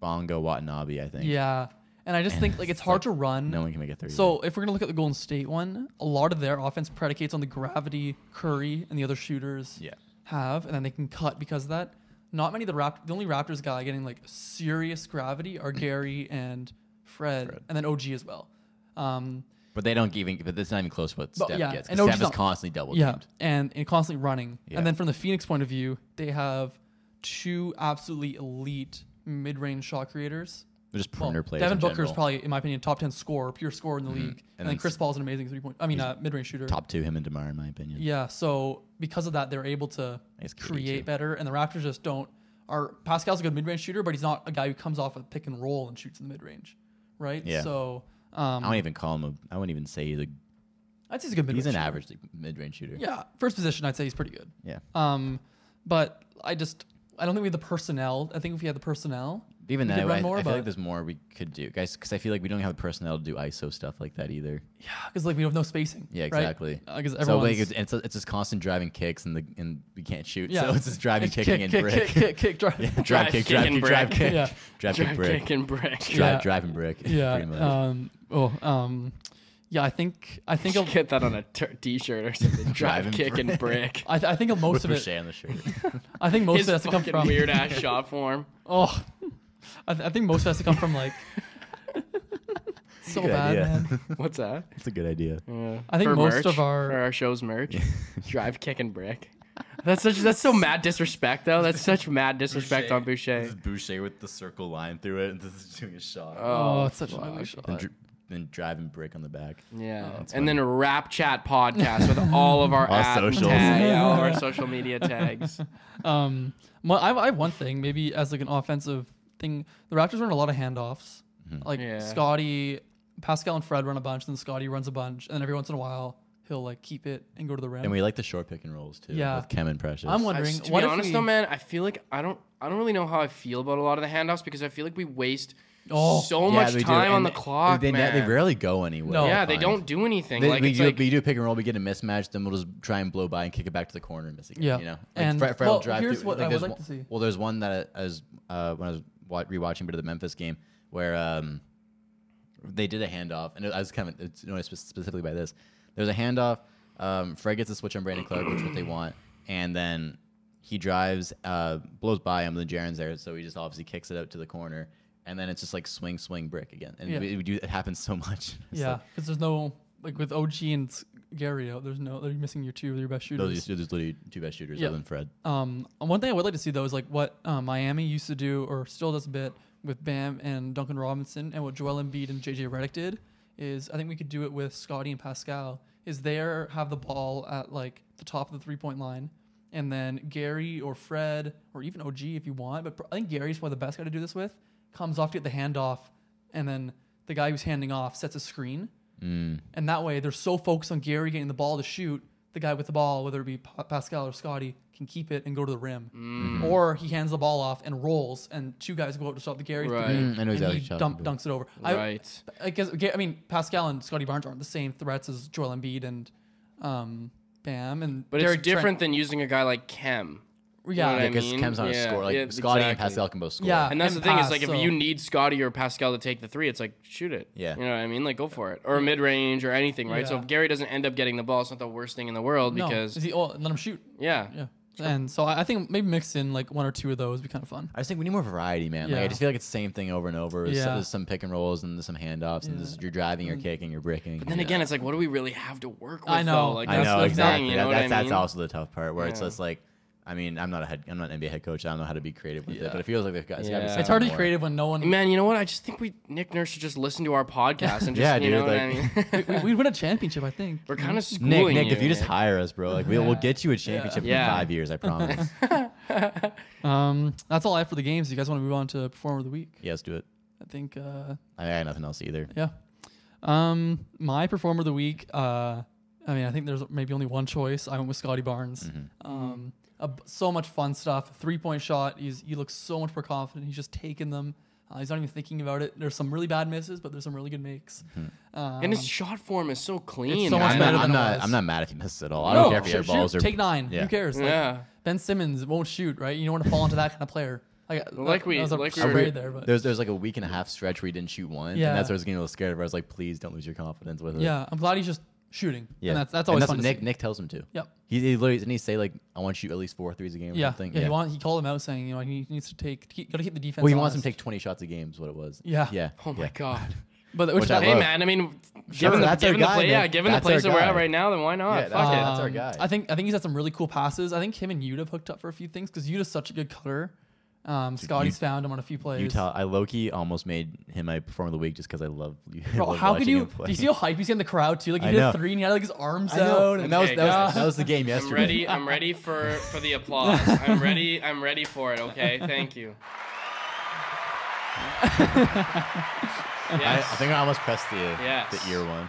Bongo Watanabe. I think. yeah, and I just think like it's It's hard like, to run. No one can make a three. So if we're gonna look at the Golden State one, a lot of their offense predicates on the gravity Curry and the other shooters Yeah. have, and then they can cut because of that. Not many of the Raptors, the only Raptors guy getting like serious gravity are Gary and Fred, Fred. and then OG as well. Um, But they don't even. But that's not even close. to What But, Steph yeah, gets. 'cause and OG's Steph not- is constantly double yeah, teamed. and, and constantly running. Yeah. And then from the Phoenix point of view, they have two absolutely elite mid-range shot creators. They're just Well, perimeter players. Devin in Booker is general. Mm-hmm. probably, in my opinion, top ten scorer, pure scorer in the league. And, And then then Chris Paul's an amazing three-point. I mean, uh, mid-range shooter. top two. Him and Demar, in my opinion. Yeah, so because of that, they're able to It's KD create too. better, and the Raptors just don't. Our Pascal's a good mid-range shooter, but he's not a guy who comes off a pick and roll and shoots in the mid-range, right? Yeah. So I um, don't even call him a. I wouldn't even say he's a. I'd say he's a good mid-range. He's an shooter. average like, mid-range shooter. Yeah, first position, I'd say he's pretty good. Yeah. Um, but I just I don't think we have the personnel. I think if we had the personnel, Even we that, could run I, I more, feel but- like there's more we could do, guys. Because I feel like we don't have the personnel to do ISO stuff like that either. yeah, because like we have no spacing. Yeah, right? exactly. Uh, 'cause so like everyone's- it's it's, it's just constant driving kicks and the and we can't shoot. yeah, So it's just driving, It's kicking, kick, and kick, brick. Kick, kick, kick, drive. Yeah, drive, Drive, kick, kick, drive, and kick, drive, brick. kick, Yeah. drive, kick, Jack brick, Kick and brick. drive, Yeah. drive and brick. Yeah. pretty much. Um. Oh. Um. Yeah. I think. I think. You'll Of, get that on a tur- t-shirt or something. Drive, Driving kick, and brick. I, th- I think of most With of it. Ricochet on the shirt. I think most His of it has to come fucking from. weird ass shot form. Oh. I, th- I think most of it has to come from like. so Good bad, idea. man. What's that? That's a good idea. Yeah. I think For most merch, of our- for our show's merch, drive kick and brick. That's such that's so mad disrespect though. That's such mad disrespect on Boucher. Boucher with the circle line through it, and this is doing a shot. Oh, it's such an fuck. ugly shot. and Dr- then driving brick on the back. Oh, Yeah. that's and then a rap chat podcast with all of our, Our ad socials. tag- yeah, all of our social media tags. Um, my, I, I have one thing, maybe as like an offensive thing. The Raptors run a lot of handoffs. Mm-hmm. Like Yeah. Scotty, Pascal, and Fred run a bunch, then Scotty runs a bunch, and then every once in a while he'll like keep it and go to the rim. And we like the short pick and rolls too. Yeah. With Kem and Precious. I'm I wondering just- to what be if honest we, though, man, I feel like I don't I don't really know how I feel about a lot of the handoffs because I feel like we waste Oh. so Yeah, much we do. time on And the clock. They, man. they rarely go anywhere. No. yeah, they Fine. don't do anything. They, like we, it's do, like we do pick and roll. We get a mismatch. Then we'll just try and blow by and kick it back to the corner and miss again. Yeah. You know, Like, And- Fred- Fred well, will drive here's through- what I would there's like one- to see. Well, there's one that as uh, when I was wa- rewatching a bit of the Memphis game where um, they did a handoff, and I was kind of it's noticed spe- specifically by this. There's a handoff. Um, Fred gets a switch on Brandon Clark, which is what they want, and then he drives, uh, blows by him. Then Jaron's there, so he just obviously kicks it out to the corner, and then it's just like swing, swing, brick again, and Yeah. we, we do it happens so much. It's yeah, like, because there's no like with OG and S- Gary out. There's no they're missing your two of your best those shooters. are just- those are literally two best shooters Yeah. other than Fred. Um, one thing I would like to see though is like what uh, Miami used to do, or still does a bit with Bam and Duncan Robinson, and what Joel Embiid and JJ Redick did is I think we could do it with Scotty and Pascal. Is there have the ball at like the top of the three point line, and then Gary or Fred or even OG if you want, but pr- I think Gary's probably the best guy to do this with. Comes off to get the handoff, and then the guy who's handing off sets a screen, and that way they're so focused on Gary getting the ball to shoot, the guy with the ball, whether it be Pa- Pascal or Scotty, can keep it and go to the rim. Mm-hmm. Or he hands the ball off and rolls, and two guys go out to stop the Gary Right. three, Mm, Mm-hmm. I know and exactly he what you're dump, talking about. dunks it over. I, right. I guess Ga- I mean Pascal and Scotty Barnes aren't the same threats as Joel Embiid and um, Bam and But Derrick it's different Trent. than using a guy like Kem. yeah, what I Because mean, Kem's not yeah, a scorer. Like yeah, Scotty and exactly. Pascal can both score. Yeah. And that's and the thing pass, is like so- if you need Scotty or Pascal to take the three, it's like shoot it. Yeah. You know what I mean? Like go for it. Or mid range or anything, right? So Yeah. if Gary doesn't end up getting the ball, it's not the worst thing in the world no, because is he, oh, let him shoot. yeah. Yeah, and so I, I think maybe mix in like one or two of those would be kind of fun. I just think we need more variety, man. Like Yeah. I just feel like it's the same thing over and over. There's, Yeah. Mm. there's some pick and rolls and there's some handoffs and this, you're driving, you're kicking, you're breaking. But then again, it's like what do we really have to work with? I know. Though? Like I that's know the exactly. thing. You That- know what that's I mean? that's also the tough part where it's Yeah. just like, I mean, I'm not a head, I'm not an NBA head coach. I don't know how to be creative with it, but it feels like they've got. Yeah. Yeah. It's It's hard to be creative when no one. Man, you know what? I just think we Nick Nurse should just listen to our podcast and just Yeah, you dude, know what I mean. we, we'd win a championship, I think. We're kind of schooling Nick, Nick, you, if you just hire us, bro, like we'll, we'll get you a championship Yeah. in five years, I promise. Um, that's all I have for the games. You guys want to move on to performer of the week? yeah, let's do it. I think. Uh, I got nothing else either. yeah. Um, my performer of the week. Uh, I mean, I think there's maybe only one choice. I went with Scotty Barnes. Mm-hmm. Um, a b- so much fun stuff. Three point shot. He's he looks so much more confident. He's just taking them. Uh, he's not even thinking about it. There's some really bad misses, but there's some really good makes. Mm-hmm. Um, and his shot form is so clean. so man. much I'm, better not, I'm, than it not, was. I'm not mad if he misses at all. I don't care if he shoot, balls shoot. or take nine. Yeah. Who cares? Like, Yeah. Ben Simmons won't shoot, right? You don't want to fall into that kind of player. Like, Like that- we- that was a like we parade were- there, but There's there's like a week and a half stretch where he didn't shoot one, Yeah. and that's what I was getting a little scared of. Where I was like, please don't lose your confidence with it. yeah, I'm glad he's just shooting. Yeah, and that's that's all. always that's fun. what to Nick see. Nick tells him to. Yep. He, he literally didn't he say like I want to shoot at least four threes a game or Yeah. something. yeah, He, want, he called him out saying, you know, he needs to take, keep, gotta keep the defense. well, he wants him honest. to take 20 shots a game is what it was. Yeah. Yeah. Oh my yeah. god. But which Which I, I Hey love. man, I mean, given the that's our given the guy, play, man. yeah, given the That's our place that we're at guy. right now, then why not? Yeah, that's- Fuck it. that's our um, guy. I think I think he's had some really cool passes. I think him and Yuta have hooked up for a few things because Yuta's such a good cutter. Um, Scotty's found him on a few plays. Utah. I Loki almost made him my performer of the week just because I love. I Bro, love how could watching you? him Do play. you see how hype he's in the crowd too? Like he I did a know. three and he had like his arms I know, out. and that was Okay, that was, guys. that was the game I'm yesterday. ready. I'm ready for for the applause. I'm ready. I'm ready for it. Okay. Thank you. I, I Yes. think I almost pressed the Yes. the ear one.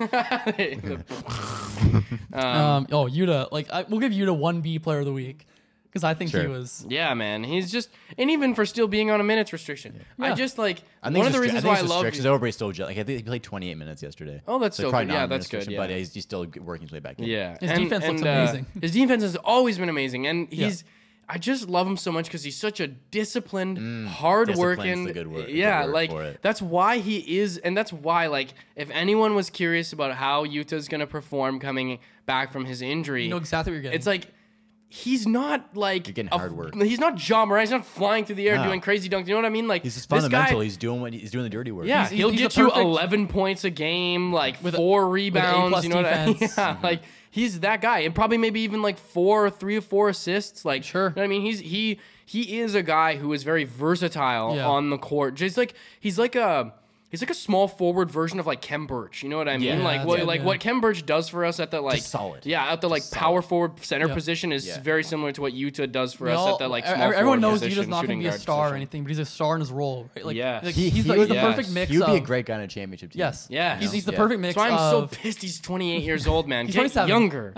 Um, oh, Yuta, like I, we'll give Yuta one B player of the week because I think he Sure. was. yeah, man. He's just, and even for still being on a minutes restriction, I Yeah. just like I think one it's of the just- reasons I think why I it's love. restrictions. Everybody's still jet- like I think he played 28 minutes yesterday. Oh, that's so still probably good. not Yeah, on that's good, restriction, yeah. But he's, he's still g- working his way back in. Yeah, uh, His defense looks amazing. his defense has always been amazing, and he's. I just love him so much because he's such a disciplined, hard Mm. discipline's working. the good word- the yeah, word like for it. that's why he is, and that's why like if anyone was curious about how Utah's gonna perform coming back from his injury, You know exactly what you're getting. it's like he's not like You're getting a- hard work. He's not John Moran. He's not flying through the air No. doing crazy dunks. You know what I mean? Like He's just this fundamental. Guy, he's doing what he's doing the dirty work. yeah, he's- he'll he's get the you perfect- eleven points a game, like With a- four with an A rebounds. plus you know what I mean? defense. Yeah, like he's that guy, and probably maybe even like four, or three or four assists. Like you Sure. know what I mean? He's he he is a guy who is very versatile Yeah. on the court. Just like he's like a. he's like a small forward version of like Kem Birch. You know what I mean? Yeah, like that's what it, like yeah. what Kem Birch does for us at the like solid. Yeah, at the like power forward center Yeah. position is Yeah. very similar to what Utah does for We us all- at the like e- small everyone forward knows position, Utah's not going shooting to be a guard star or position. anything, but he's a star in his role, right? Like, Yes. like, He- he's, he the, he's would- the yes. perfect mix. He would be a of- great guy in a championship team. Yes. Yeah. He's, he's the Yeah. perfect mix. That's why I'm so of- pissed. He's 28 years old, man. He's Uh-huh. Get 27. younger.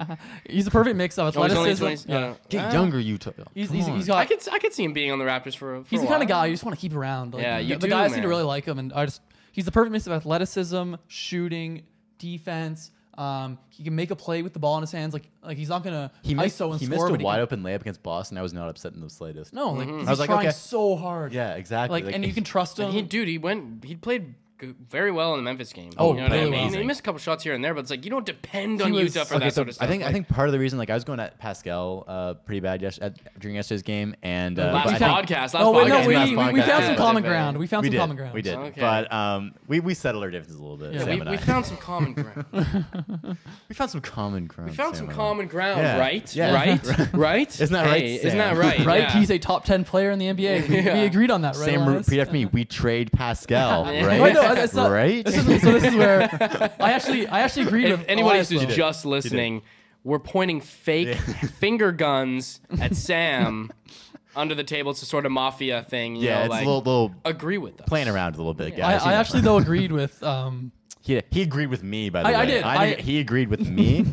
He's the perfect mix of No, he's only athleticism. 20 yeah. yeah. Get Uh, younger, Utah. He's, Come he's, on. he's I got. could I could see him being on the Raptors for. a- for He's a the kind while. of guy you just want to keep around. Like, Yeah, you the, the do, guys seem to man. really like him, and I just he's the perfect mix of athleticism, shooting, defense. Um, he can make a play with the ball in his hands. Like like he's not gonna He missed, ISO and he score. missed a but he wide can, open layup against Boston. I was not upset in the slightest. No, like he's I was like, trying okay. so hard. Yeah, exactly. Like, and you can trust him. Mm-hmm. And he, dude, he went. He played g- very well in the Memphis game. Oh, you know what I played mean? amazing. He missed a couple shots here and there, but it's like you don't depend on was- Utah for Okay, that so sort of stuff. I think I Like, think part of the reason, like, I was going at Pascal uh, pretty bad yes- at, during yesterday's game, and uh, last but I think- podcast, last oh wait, no, podcast, we, last we, we podcast. found some Yeah. common Yeah. ground. We found we some did, common ground. we did, Okay. but um, we we settled our differences a little bit. Yeah. Sam we, and we I. found some common ground. we found some common ground. We found Sam some and I. common ground, Yeah. right? Yeah. Right? right? Isn't that right, Hey, Isn't Sam? that right? Right, Yeah. he's a top ten player in the NBA. We, Yeah. we agreed on that, right? Sam Elias? repeat after me. We trade Pascal, Yeah. right? Wait, no, that's not- right? This is, so this is where I actually I actually agreed if with anybody Elias, who's though. just listening, we're pointing fake finger guns at Sam under the table. It's a sort of mafia thing. You yeah, know, it's like, a little, little agree with us. playing around a little bit, I, guys. you I know. actually though agreed with um he, he agreed with me by the I- way. I did. think I- he agreed with me.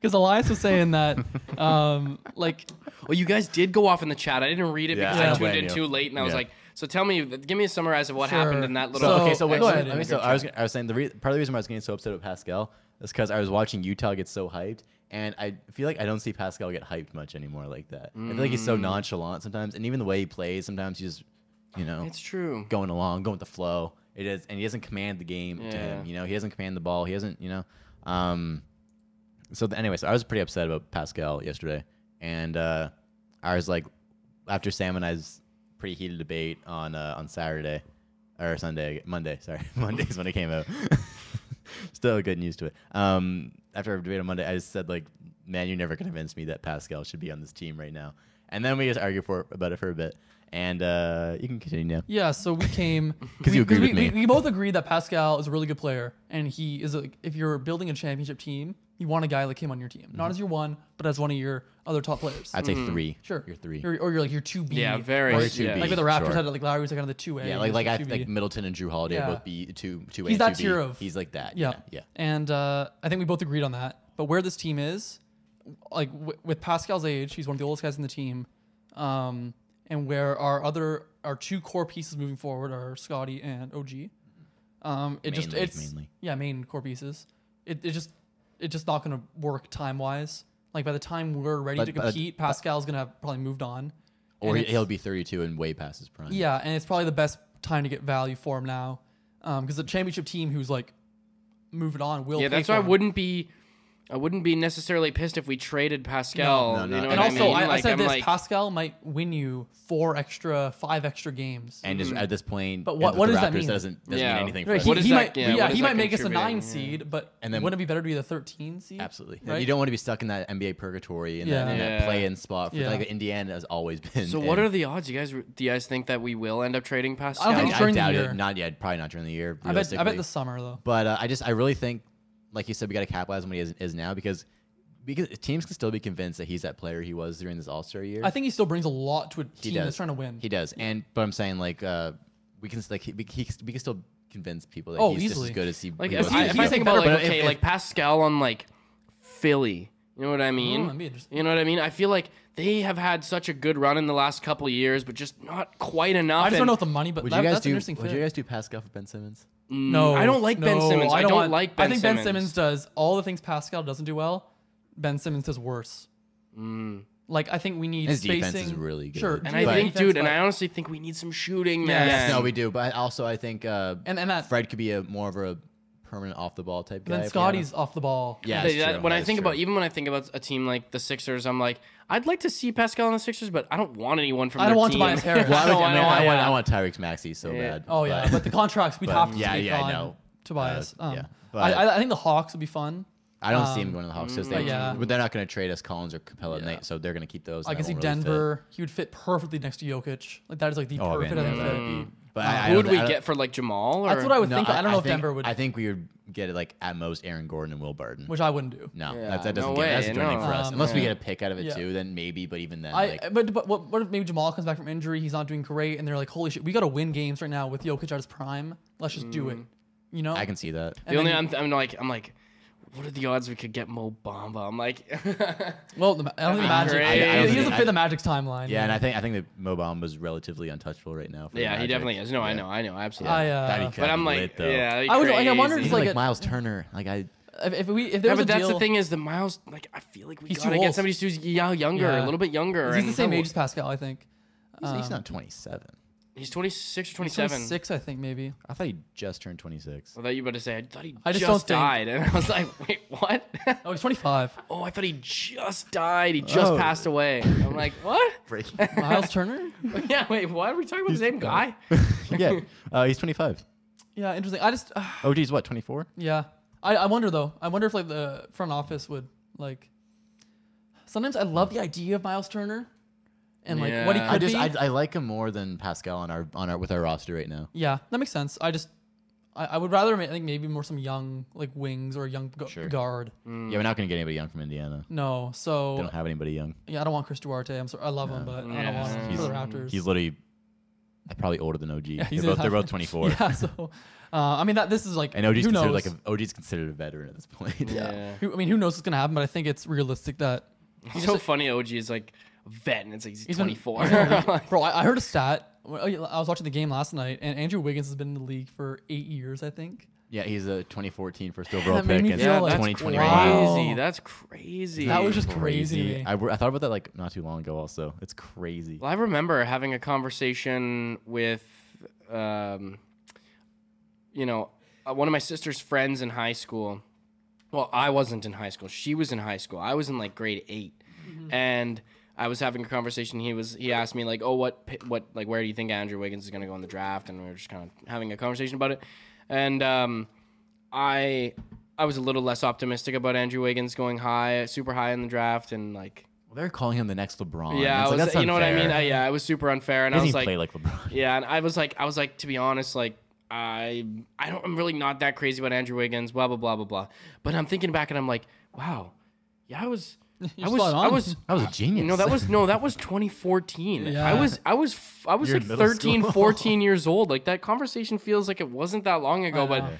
because Elias was saying that um like Well, you guys did go off in the chat. I didn't read it Yeah, because I I don't tuned blame in you. too late, and I was Yeah. like, "So tell me, give me a summarize of what Sure. happened in that little." So- okay, so wait, go so, ahead. let me- so I was gonna, I was saying the re- part of the reason why I was getting so upset with Pascal is because I was watching Utah get so hyped, and I feel like I don't see Pascal get hyped much anymore like that. I feel like he's Mm. so nonchalant sometimes, and even the way he plays, sometimes he's just, you know, It's true. going along, going with the flow. It is, and he doesn't command the game to Yeah. him. You know, he doesn't command the ball. He doesn't, you know. Um, so the, anyway, so I was pretty upset about Pascal yesterday, and uh, I was like, after Sam and I's pretty heated debate on uh, on Saturday or Sunday, Monday, sorry, Monday's when it came out. Still getting used to it. Um, after our debate on Monday, I just said like, "Man, you never convinced me that Pascal should be on this team right now." And then we just argued for about it for a bit, and uh, you can continue now. yeah, so we came 'Cause we- you agreed we, with me. We, we both agreed that Pascal is a really good player, and he is a, if you're building a championship team, you want a guy like him on your team, not as your one, but as one of your other top players. I'd say Mm-hmm. three. sure, you're three. or, or you're like your two B. Yeah, very. Or yeah. 2B. Like with the Raptors Sure. had it, like Lowry was like kind of the two A. yeah, like like I like Middleton and Drew Holiday Yeah. would both be two two. A He's and that 2B. tier of- He's like that. Yeah. yeah. And uh, I think we both agreed on that. But where this team is, like w- with Pascal's age, he's one of the oldest guys in the team. Um, and where our other our two core pieces moving forward are Scotty and OG. Um, it just Mainly, it's mainly. yeah main core pieces. It, it just it's just not gonna work time wise. Like by the time we're ready But- to but- compete, Pascal's gonna have probably moved on. Or And he, it's- he'll be thirty two and way past his prime. yeah, and it's probably the best time to get value for him now, because the championship team who's like moving on will. Yeah, pay that's for why I him. wouldn't be. I wouldn't be necessarily pissed if we traded Pascal. No, no, no. You know And what also, I mean? I, I Like, said I'm this: like, Pascal might win you four extra, five extra games. And just at this point, But what- with what the does that Raptors, mean? Doesn't doesn't Mm. Yeah. mean anything. Right, for he, What us. is he that- might, yeah, yeah, what is he that might make us a contributing? nine Yeah. seed, but And and then- then wouldn't it be better to be the thirteen seed? Absolutely. Right? You don't want to be stuck in that NBA purgatory and that, Yeah. and that Yeah. play-in spot for Yeah. like Indiana has always been. so what in. are the odds? You guys, do you guys think that we will end up trading Pascal? I don't think I during the doubt year. it. Not yet. Probably not during the year. I bet. I bet realistically. the summer though. But uh, I just I really think, like you said, we got to capitalize on what he is, is now because because teams can still be convinced that he's that player he was during this All Star year. I think he still brings a lot to a he team does. that's trying to win. He does. And but I'm saying like uh, we can s- like he, we, he, we can still convince people that Oh, he's easily. just as good as he Like he if, was. I, he's if I a think better about like player. okay, If- like Pascal on like Philly, you know what I mean? that'd be interesting. you know what I mean? I feel like they have had such a good run in the last couple of years, but just not quite enough. I just don't And know if the money, but would that, you guys that's do? an Would interesting. fit. you guys do Pascal for Ben Simmons? No, I don't like Ben no, Simmons. I don't want- like Ben I think Ben Simmons. Simmons does all the things Pascal doesn't do well. Ben Simmons does worse. Like I think we need His spacing. defense is really good. Sure, Mm. And And sure, I think, defense, dude, and but- I honestly think we need some shooting, man. Yes. No, we do. But also I think uh, and and that Fred could be a more of a permanent off the ball type guy. if we had then him. Scotty's off the ball. Yeah, They- that- it's true. when That I is think true. about even when I think about a team like the Sixers, I'm like, I'd like to see Pascal on the Sixers, but I don't want anyone from. I don't their want team. Tobias Harris. Well, I, would, don't I, mean, want- I, yeah. want, I want Tyrese Maxey so Yeah. bad. Oh yeah, but the contracts we'd have to yeah, take yeah, I on know. Tobias. Uh, um, yeah, I, but- I, I think the Hawks would be fun. I don't see Um, him going to the Hawks. Just they, but yeah. but they're not going to trade us Collins or Capella tonight, so they're going to keep those. I and can that see won't really fit. Denver. He would fit perfectly next to Jokic. Like that is like the Oh, perfect Van other Gundy. fit. Mm. But I, Who I don't would thi- we I don't- get for like Jamal? Or? That's what I would no, think. I, don't know if Denver would, I think we would get like at most Aaron Gordon and Will Barton. which I wouldn't do. no, Yeah, that, that doesn't no get that's way, doing anything for no. us. Um, Unless we yeah. get a pick out of it Yeah. too, then maybe. But even then, I like, but but what, what if maybe Jamal comes back from injury? He's not doing great, and they're like, "Holy shit, we got to win games right now with Jokic at his prime. Let's just do it." You know, I can see that. The And only then- I'm, I'm like I'm like, what are the odds we could get Mo Bamba? I'm like, well, the, Ma- I don't That'd think the be Magic. great. I- I don't he doesn't think- fit I- the Magic's timeline. Yeah, and I think I think that Mobam was relatively untouchable right now. For the yeah, he Magic. definitely is. No, I Yeah. know, I know, absolutely. I, uh, That'd be but kinda I'm like, lit, though. yeah. that'd be I would- like, I wonder if crazy. He's like like, a- Miles Turner. Like I, if, if we if there Yeah, was but a that's deal, the thing is the Miles. Like, I feel like we He's too gotta get old. somebody who's yeah, younger, Yeah. a little bit younger. He's the and- same age as Pascal, I think. he's, he's Um, not 27. He's 26 or He's 27. 26, I think maybe. I thought he just turned 26. I thought you were about to say. I thought he I just just, don't think- died, and I was like, wait, what? Oh, he's 25. oh, I thought he just died. He just Oh. passed away. I'm like, what? Miles Turner? yeah, wait, what? Are we talking about the same guy? yeah, uh, he's 25. Yeah, interesting. I just, OG's what 24? yeah. I, I wonder though. I wonder if like the front office would like. Sometimes I love the idea of Miles Turner, and like what he Yeah. could I just be. I, I like him more than Pascal on our on our with our roster right now. yeah, that makes sense. I just, I, I would rather ma- I think maybe more some young like wings or a young gu- Sure. guard. Mm. Yeah, we're not gonna get anybody young from Indiana. No, They so don't have anybody young. yeah, I don't want Chris Duarte. I'm sorry, I love him, but I don't Yeah. want him He's- for the Raptors. He's literally probably older than OG. he's they're both they're in- both 24. yeah, so uh, I mean that this is like And OG's who considered knows? like a, OG's considered a veteran at this point. Yeah. Who- I mean, who knows what's gonna happen? But I think it's realistic that It's so funny. OG is like a vet, and it's like he's, He's been- 24. Bro, I, I heard a stat. Well, I I was watching the game last night, and Andrew Wiggins has been in the league for eight years, I think. Yeah, he's a 2014 first overall made pick. me and feel like- 2020 crazy. right now. Wow. That's crazy. That was just crazy. to me. I, wor- I thought about that like not too long ago. Also, it's crazy. Well, I remember having a conversation with, um, you know, uh, one of my sister's friends in high school. Well, I wasn't in high school. She was in high school. I was in like grade 8 and I was having a conversation. He was he asked me like, "Oh, what pi- what like where do you think Andrew Wiggins is going to go in the draft?" And we were just kind of having a conversation about it, and um, I I was a little less optimistic about Andrew Wiggins going high, super high in the draft, and like. They're calling him the next LeBron. Yeah, I It's like, was, that's you know what I mean. unfair. I, yeah, I was super unfair, and He I doesn't was even like, play like LeBron. yeah, and I was like, I was like, to be honest, like I, I don't, I'm really not that crazy about Andrew Wiggins, blah blah blah blah blah. But I'm thinking back, and I'm like, wow, yeah, I was, I was, spot I on. was. That was a genius. No, that was no, that was 2014. Yeah. I was, I was, f- I was You're in like middle 13, school. 14 years old. Like that conversation feels like it wasn't that long ago, but know.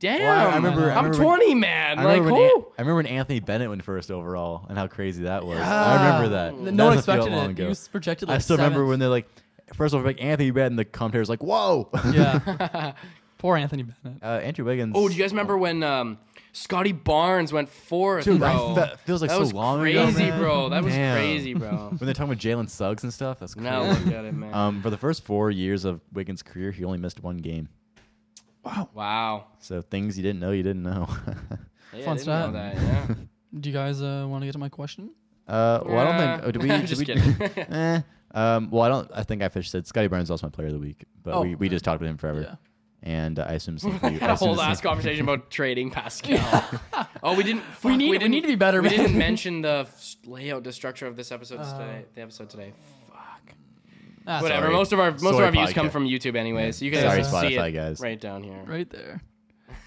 damn, Well, I- I remember- I am remember when- 20, man. I Like, remember, when, An- whoo. I remember when Anthony Bennett went first overall and how crazy that was. I remember that. No That was one a few expected long it. ago. He was projected like I still remember seventh. when they're like, first overall pick Anthony Bennett, and the commentator's like, "Whoa!" Yeah. Poor Anthony Bennett. uh, Andrew Wiggins. Oh, do you guys remember when um, Scotty Barnes went fourth? Dude, I- bro? that feels like that so was long ago, crazy, man. bro. That was Damn. crazy, bro. when they're talking about Jalen Suggs and stuff? That's crazy. Now look at it, man. Um, for the first four years of Wiggins' career, he only missed one game. wow. So things you didn't know, you didn't know. Yeah, Fun I didn't know stat. that. Yeah. Do you guys uh, want to get to my question? uh, well, Yeah. I don't think. Oh, did we? I'm did just we- kidding. eh. Um, well, I don't. I think I fished said Scotty Barnes is also my player of the week, but Oh. we, we just talked with him forever, Yeah. and uh, I assume the same for I you. had I a assume whole the same last for you. conversation about trading Pascal. oh, we didn't. fuck, need- we didn't- need to be better, We man. didn't mention the f- layout, the structure of this episode Uh, today. The episode today. Fuck. Ah, Whatever. sorry. Most of our most Sorry, of our views come podcast. from YouTube, anyway. So you guys Sorry, can see Spotify it guys. right down here. sorry. Right there.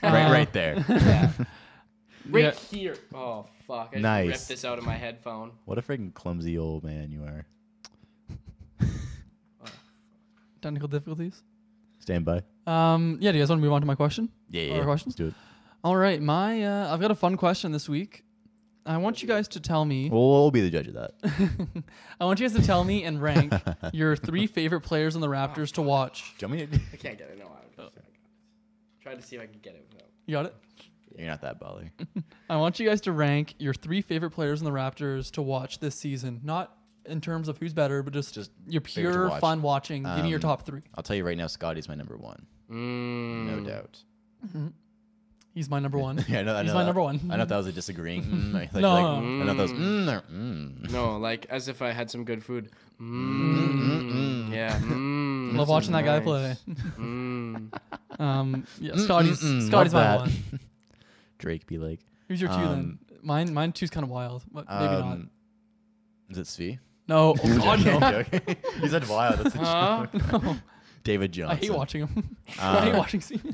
Right, Uh, right there. Right Yeah. here. Oh fuck! I Nice. just ripped this out of my headphone. What a freaking clumsy old man you are. Technical difficulties. Stand by. Um, yeah, do you guys want to move on to my question? Yeah, Other yeah. questions? Let's do it. All right, my uh, I've got a fun question this week. I want you guys to tell me. Well, we'll be the judge of that. I want you guys to tell me and rank your three favorite players on the Raptors to watch. Do you want me to- I can't get it. No, I was Oh. tried to see if I could get it. without. You got it. You're not that baller. I want you guys to rank your three favorite players in the Raptors to watch this season. Not in terms of who's better, but just, Just your favorite to pure watch. fun watching. Give me your Um, top three. I'll tell you right now, Scotty's my number one. Mm. No doubt. Mm-hmm. He's my number one. Yeah, I know. I He's know my that. number one. I know that was a disagreeing. Mm, I thought you No, like, no, I know that was mm, or mm. No, like as if I had some good food. Mm-hmm. Mm, yeah. Mm, Love watching that guy play. Mm. Um, yeah, Scotty's Mm-mm, Scotty's my love that. one. Drake be like, Who's your two then? Mine mine two's kind of wild, but maybe not. um, is it Svi? No, Uh-huh. oh, God, no. you said wild. That's a joke. Huh? no. David Johnson. I hate watching him. I hate Uh, watching Seaman.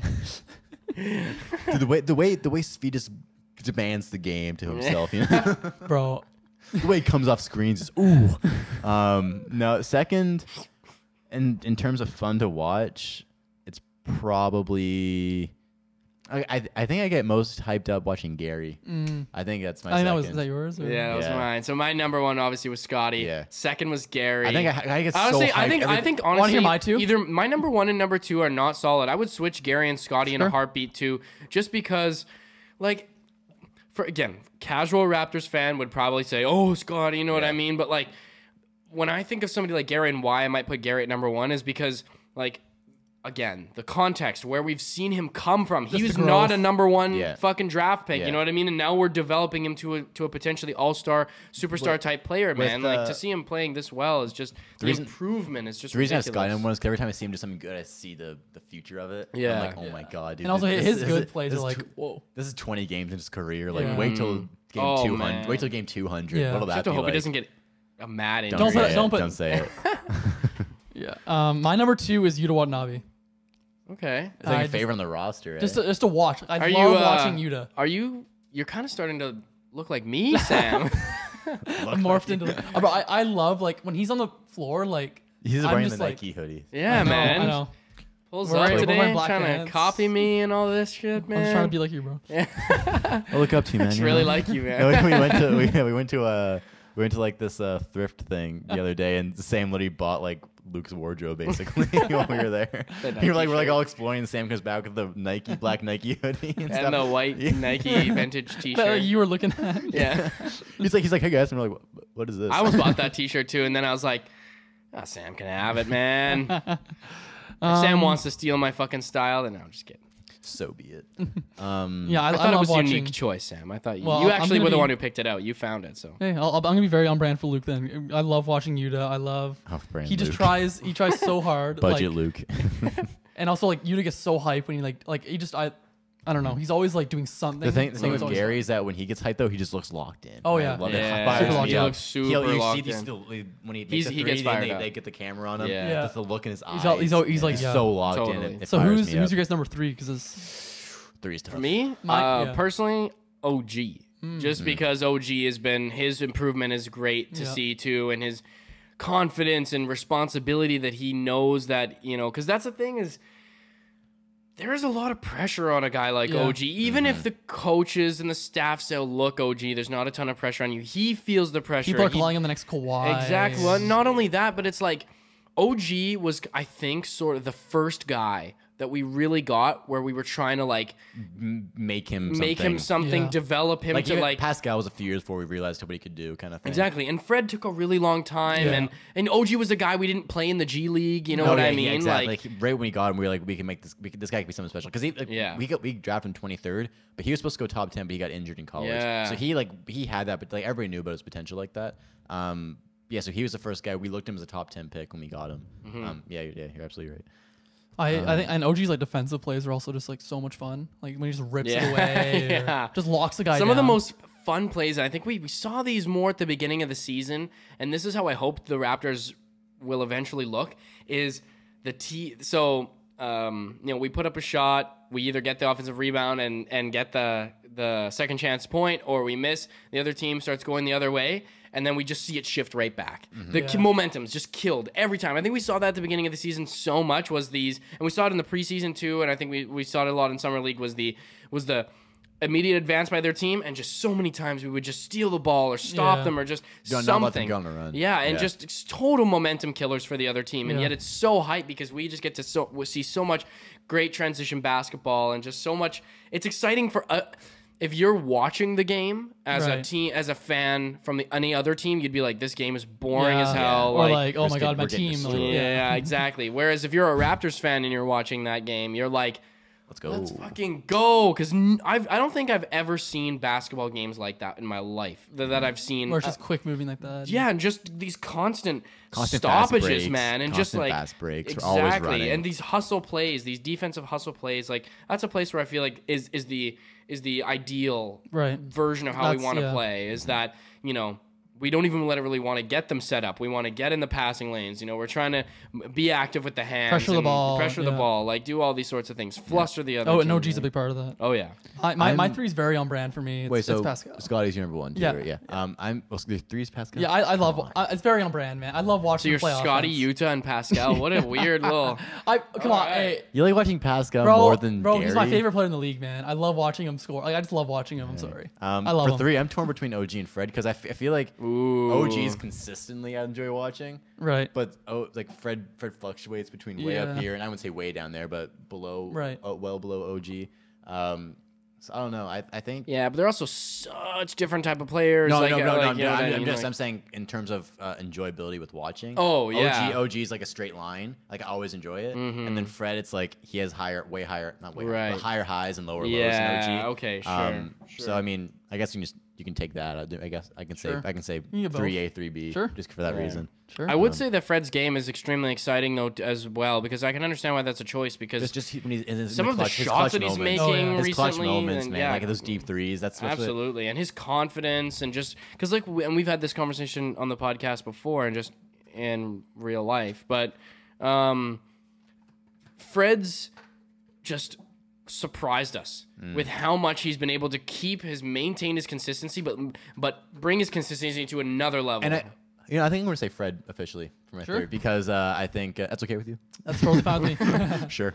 Dude, the way the way the way Svetus demands the game to himself. You know? Bro, the way it comes off screens is ooh. Um, no, second, in in terms of fun to watch, it's probably. I, I, I think I get most hyped up watching Gary. I think that's my Mm. I think that was second. is that yours? or- Yeah, that was Yeah. mine. So my number one obviously was Scotty. Yeah. Second was Gary. I think I, I get honestly, so hyped. I think I every- think hear honestly, my two? either my number one and number two are not solid. I would switch Gary and Scotty in a Sure. heartbeat too, just because, like, for again, casual Raptors fan would probably say, "Oh, Scotty," you know what I mean? But like, when I think of somebody like Gary and why I might put Gary at number one is because like. Again, the context where we've seen him come from. He Just was the not a growth. number one Yeah. fucking draft pick. You Yeah. know what I mean? And now we're developing him to a to a potentially all star, superstar type player, man. like uh, to see him playing this well is just the, reason- improvement is just The reason I've ridiculous. Skyrim one is 'cause every time I see him do something good, I see the, the future of it. I'm Yeah. like, oh my god, dude. And also this- his this- good this- plays this are is like, tw- whoa. This is 20 games in his career. Like, Yeah. Mm. wait till game Oh, 200. man. Wait till game 200. Yeah. What'll Just that have to be hope like? it doesn't get a mad Don't, Don't injury. say put- it. don't put- don't say it. Yeah. Um, my number two is Yuta Watanabe. Okay. It's like I your just- favorite on the roster. Just uh, eh? to, just to watch. I Are love you uh, watching Yuta. Are you? You're kind of starting to look like me, Sam. Look morphed like- into. The, Uh, bro, I, I love like when he's on the floor. Like He's I'm wearing the just like, Nike hoodie. yeah, I know, man. I know. Pulls We're up wearing- we're today, wearing black trying pants. to copy me and all this shit, man. I'm just trying to be like you, bro. I look up to you, man. Just really like you, man. No, we, we went to we, we went to uh we went to like this uh, thrift thing the other day, and Sam literally bought like Luke's wardrobe basically while we were there. The you were Nike like we're like shirt. all exploring, and Sam comes back with the Nike black Nike hoodie and, stuff. and the white Yeah. Nike vintage That T-shirt. you were looking at. yeah. He's like he's like hey guys, and we're like "What- what is this? I almost bought that T-shirt too, and then I was like, "Ah, Sam can have it, man. if Um, Sam wants to steal my fucking style, then no, I'm just kidding. so be it. Um, Yeah, I, I, I thought it love was a watching. unique choice, Sam. I thought you, Well, you I'm actually gonna were the be- one who picked it out. You found it, so Hey, I'll, I'll- I'm gonna be very on brand for Luke. Then I love watching Yuta. I love. Off-brand he just Luke. tries. He tries so hard. budget like, Luke. And also like Yuta gets so hyped when he like like he just I, I don't know. He's always like doing something. The thing, the so thing it's with always- Gary is that when he gets hyped though, he just looks locked in. Oh, I yeah. love Yeah. it. Fires Super me locked up. in. Looks He'll- super you locked see these in. the- when he makes He's- the he three, gets then fired they, up. they get the camera on him. Yeah. Yeah. just the look in his eyes. all- he's all- he's like, he's yeah. so locked in. Totally. It, it So fires who's me who's up. your guys number three? Because it's three stuff? for me, My- uh, yeah. Hmm. personally, OG. Just because OG has been his improvement is great to Yeah. see too, and his confidence and responsibility that he knows that you know, because that's the thing is. there is a lot of pressure on a guy like Yeah. OG. Even if the coaches and the staff say, "Look, OG, there's not a ton of pressure on you," he feels the pressure. people are He- calling him the next Kawhi. exactly. Well, not only that, but it's like OG was, I think, sort of the first guy that we really got where we were trying to like M- Make him make him something. something, Yeah. develop him Like, to even like Pascal was a few years before we realized what he could do, kind of thing. Exactly. And Fred took a really long time Yeah. and and OG was a guy we didn't play in the G League, you know Oh, what yeah, I yeah, mean? exactly. Like Like, right when we got him, we were like, we can make this. We can, this guy could be something special because he, like, Yeah. we got we drafted him twenty third, but he was supposed to go top ten, but he got injured in college. Yeah. So he like he had that, but like everybody knew about his potential like that. Um, yeah. So he was the first guy we looked at him as a top ten pick when we got him. Mm-hmm. Um, yeah, yeah, you're absolutely right. I, Um, I think and OG's like defensive plays are also just like so much fun. Like when he just rips Yeah. it away, or Yeah. just locks the guy. some of the down. most fun plays and i think we, we saw these more at the beginning of the season and this is how i hope the raptors will eventually look is the t so um, you know we put up a shot we either get the offensive rebound and and get the the second chance point or we miss the other team starts going the other way and then we just see it shift right back the k- Mm-hmm. Yeah. momentum's just killed every time i think we saw that at the beginning of the season so much was these and we saw it in the preseason too and i think we, we saw it a lot in summer league was the was the immediate advance by their team, and just so many times we would just steal the ball or stop Yeah. them or just Don't- not let them something. go on a run. Yeah, and Yeah. just it's total momentum killers for the other team, and Yeah. yet it's so hype because we just get to so we see so much great transition basketball and just so much. It's exciting for. Uh, if you're watching the game as a Right. team, as a fan from the, any other team, you'd be like, "This game is boring Yeah. as hell." Or Like, like, oh just my get- god, my we're getting team. Like, destroyed. yeah, yeah, exactly. Whereas if you're a Raptors fan and you're watching that game, you're like, Let's go. Let's fucking go, because I've I don't think I've ever seen basketball games like that in my life that, that I've seen. Where it's Uh, just quick moving like that. yeah, and just these constant, Constant fast stoppages, breaks, man, and just constant like fast breaks, we're exactly, always running. and these hustle plays, these defensive hustle plays, like that's a place where I feel like is is the is the ideal Right. version of how we That's- want to yeah. play. Is that you know we don't even let it really want to get them set up. We want to get in the passing lanes. You know, we're trying to m- be active with the hands, Pressure the and ball, pressure the yeah. ball, like do all these sorts of things, fluster the other. Oh, team, no, G's a right? big part of that. Oh yeah, I, my my I'm- three's very on brand for me. It's, Wait, so it's Pascal. Scotty's your number one. too, Yeah. right? yeah. Um, I'm. Well, the three's Pascal. Yeah, I, I Come love on. I, it's very on brand, man. I love so watching. you're the play Scotty, offense. Utah, and Pascal. What a weird little. I come on, Alright. hey, you like watching Pascal bro, more than bro, he's my Gary? favorite player in the league, man. I love watching him score. Like I just love watching him. I'm sorry, Um, I love for him. three. I'm torn between OG and Fred because I, f- I feel like Ooh. OG's consistently I enjoy watching, Right, but oh, like Fred Fred fluctuates between way up Yeah. here and I wouldn't say way down there, but below Right. uh, well below OG. Um, so I don't know. I I think Yeah, but they're also such different type of players. No, like, no, uh, no, like, no, you no. know what I I'm, I'm mean? just, Like- I'm saying in terms of uh, enjoyability with watching. Oh, yeah. Mm-hmm. OG, OG is like a straight line. Like I always enjoy it. And then Fred, it's like he has higher, way higher, not way higher, Right. but higher highs and lower lows. in Yeah, OG. okay, sure, So I mean, I guess you can just you can take that. I, do- I guess I can Sure. say I can say can get both. three A, three B. Sure. Just for that reason. sure. I would say that Fred's game is extremely exciting though t- as well because I can understand why that's a choice because Just, just he- when he's in his, Some in of the clutch- his shots clutch that he's moments. making his clutch recently, moments, and man. yeah. Like those deep threes. That's what's what- absolutely and his confidence and just because like we, and we've had this conversation on the podcast before and just in real life but um fred's just surprised us Mm. with how much he's been able to keep his maintain his consistency but but bring his consistency to another level And I, you know, I think I'm gonna say Fred officially for my Sure. third because uh, I think uh, that's okay with you. That's totally fine with me. Sure.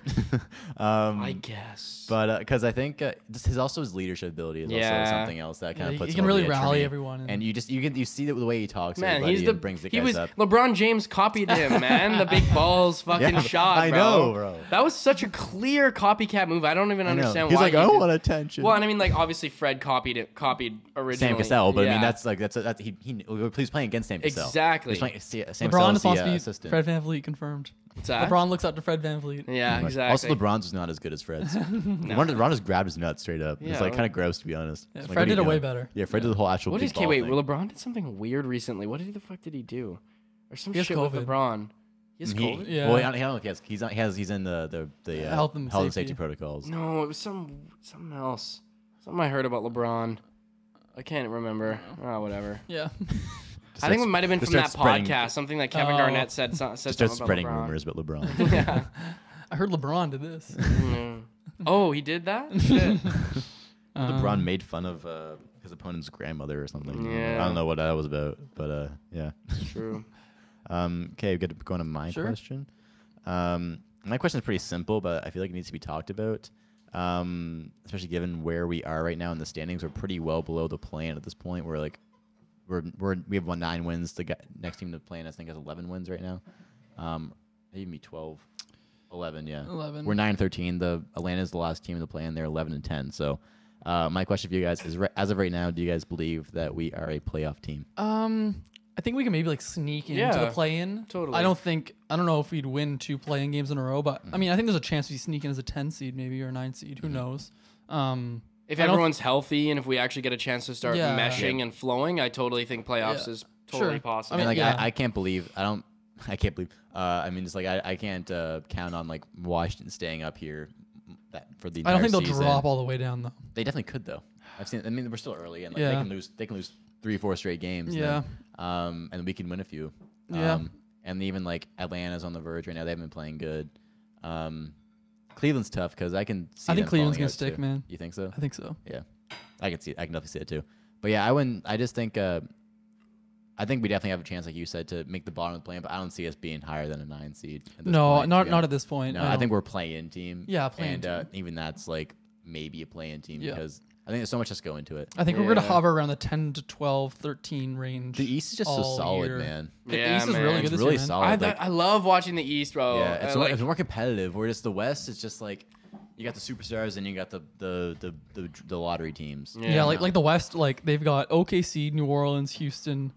um, I guess But because I think uh, just his also his leadership ability is Yeah. also something else that kind Yeah, of he- puts he him can over really the edge for rally me. everyone and- and you just you can you see the, the way he talks. Man, everybody he's the and brings the he guys was up. LeBron James copied him, man. The big balls fucking Yeah, shot. I bro. know, bro. That was such a clear copycat move. I don't even I know. understand he's why. like, he I did- want attention. Well, and I mean, like obviously Fred copied it, copied originally. Sam Cassell, but I Yeah. mean that's like that's that's he, he he's playing against Sam Cassell. Exactly. He's playing, Sam LeBron Cassell's the is supposed uh, to be assistant. Fred Van Vliet confirmed. What's that? LeBron looks up to Fred Van Vliet. Yeah, Right. exactly. Also, LeBron's was not as good as Fred's. LeBron, LeBron just grabbed his nuts straight up. Yeah, it's like well- kind of gross to be honest. Yeah, Like, what Fred are you did it way doing? better. Yeah, Fred did the whole actual. What big is? ball Okay, wait. thing. LeBron did something weird recently. What did the fuck did he do? Or some He has shit COVID. with LeBron. He has He- COVID. Yeah. Well, I don't, I don't know if he has. He's not, he has. He's in the the, the uh, health and safety, protocols. No, it was some something else. Something I heard about LeBron. I can't remember. Oh, whatever. Yeah, I think starts- it might have been just from that starts spreading- podcast, something that Kevin Oh. Garnett said. so- said Just starts something about spreading LeBron. rumors about LeBron. Yeah. I heard LeBron did this. Mm. Oh, he did that. Shit. Um, LeBron made fun of uh, his opponent's grandmother or something. Yeah. I don't know what that was about, but uh, yeah. True. Um, okay, we got to go on to my Sure. question. Um, my question is pretty simple, but I feel like it needs to be talked about, um, especially given where we are right now in the standings. We're pretty well below the plan at this point. We're like, we're, we're we have won nine wins. The guy, next team to plan, I think, has eleven wins right now. Um, maybe me twelve. 11, yeah. 11. We're 9 13. The Atlanta's the last team to play, and they're 11 and 10. So, uh, my question for you guys is ri- as of right now, do you guys believe that we are a playoff team? Um, I think we can maybe like sneak into Yeah, the play-in. totally. I don't think I don't know if we'd win two play-in games in a row, but Mm. I mean, I think there's a chance we sneak in as a ten seed, maybe or a nine seed. Mm-hmm. Who knows? Um, If I don't- everyone's healthy and if we actually get a chance to start Yeah. meshing and flowing, I totally think playoffs Yeah. is totally Sure. possible. I mean, like yeah. I, I can't believe I don't I can't believe uh, I mean it's like I, I can't uh, count on like Washington staying up here m- that for the I entire don't think they'll season. drop all the way down though. They definitely could though. I've seen I mean we're still early and like they Yeah. can lose they can lose three four straight games. and Yeah. then, um and we can win a few. Yeah. Um, and even like Atlanta's on the verge right now. They haven't been playing good. Um Cleveland's tough because I can see. I them think falling Cleveland's gonna out, stick, too. man. You think so? I think so. Yeah, I can see. I can definitely see it too. But yeah, I wouldn't. I just think. Uh, I think we definitely have a chance, like you said, to make the bottom of the plan. But I don't see us being higher than a nine seed. at this No, point, not to be not honest. at this point. No, I, don't- think we're playing team. Yeah, play-in and Uh, even that's like maybe a playing team Yeah. because I think there's so much that's go into it. I think we're gonna Yeah. hover around the 10 to 12, 13 range. The East is just so all solid, year. man. The Yeah, East is man. really It's good this really year, man. solid. I, like, I love watching the East, bro. yeah, it's, Uh, more, like- it's more competitive. Where just the West is just like you got the superstars and you got the the the the, the lottery teams. Yeah, like like the West, like they've got OKC, New Orleans, Houston,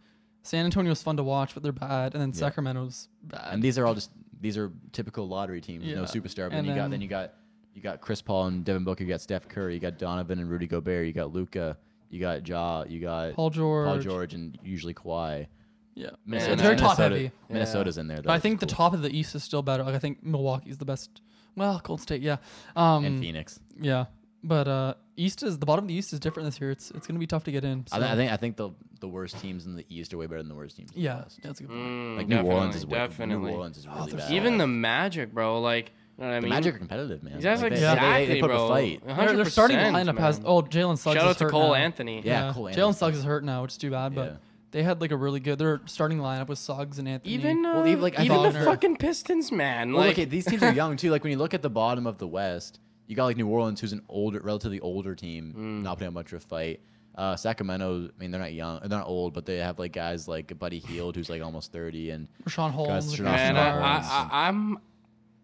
San Antonio's fun to watch, but they're bad, and then Sacramento's bad. and these are all just these are typical lottery teams, no Yeah. superstar. But then And you got then- then you got you got Chris Paul and Devin Booker, you got Steph Curry, you got Donovan and Rudy Gobert, you got Luca, you got Ja, you got Paul George. George, and usually Kawhi. Yeah, Minnesota- it's very top Minnesota- heavy. Minnesota's in there, though. But I which think is the cool. top of the East is still better. Like I think Milwaukee's the best. Well, Golden State, yeah, um, and Phoenix. yeah, But uh, East is the bottom of the East is different this year. It's it's gonna be tough to get in. So. I, th- I think I think the the worst teams in the East are way better than the worst teams. In the yeah, West. that's a good point. Mm, like New Orleans is way, definitely. New Orleans is really they're bad. so Even the Magic, bro. Like, you know what I The mean? Magic are competitive, man. Exactly, Like, they, exactly, they, they, they put up bro. a fight. 100%, Their, their starting lineup has man. oh Jalen Shout Suggs. is out to hurt Cole now. Anthony. Yeah, Cole Jalen Anthony's Suggs hurt. is hurt now, which is too bad. But Yeah. they had like a really good their starting lineup with Suggs and Anthony. Even uh, Well, even, like, I even the thought- fucking Pistons, man. Well, Like, okay, these teams are young too. Like when you look at the bottom of the West, you got like New Orleans, who's an older, relatively older team, Mm. not putting up much of a fight. Uh, Sacramento, I mean, they're not young, they're not old, but they have like guys like Buddy Heald, who's like almost thirty, and Rashawn Holmes. Sure. man, Austin I, Barnes. I, I, I'm,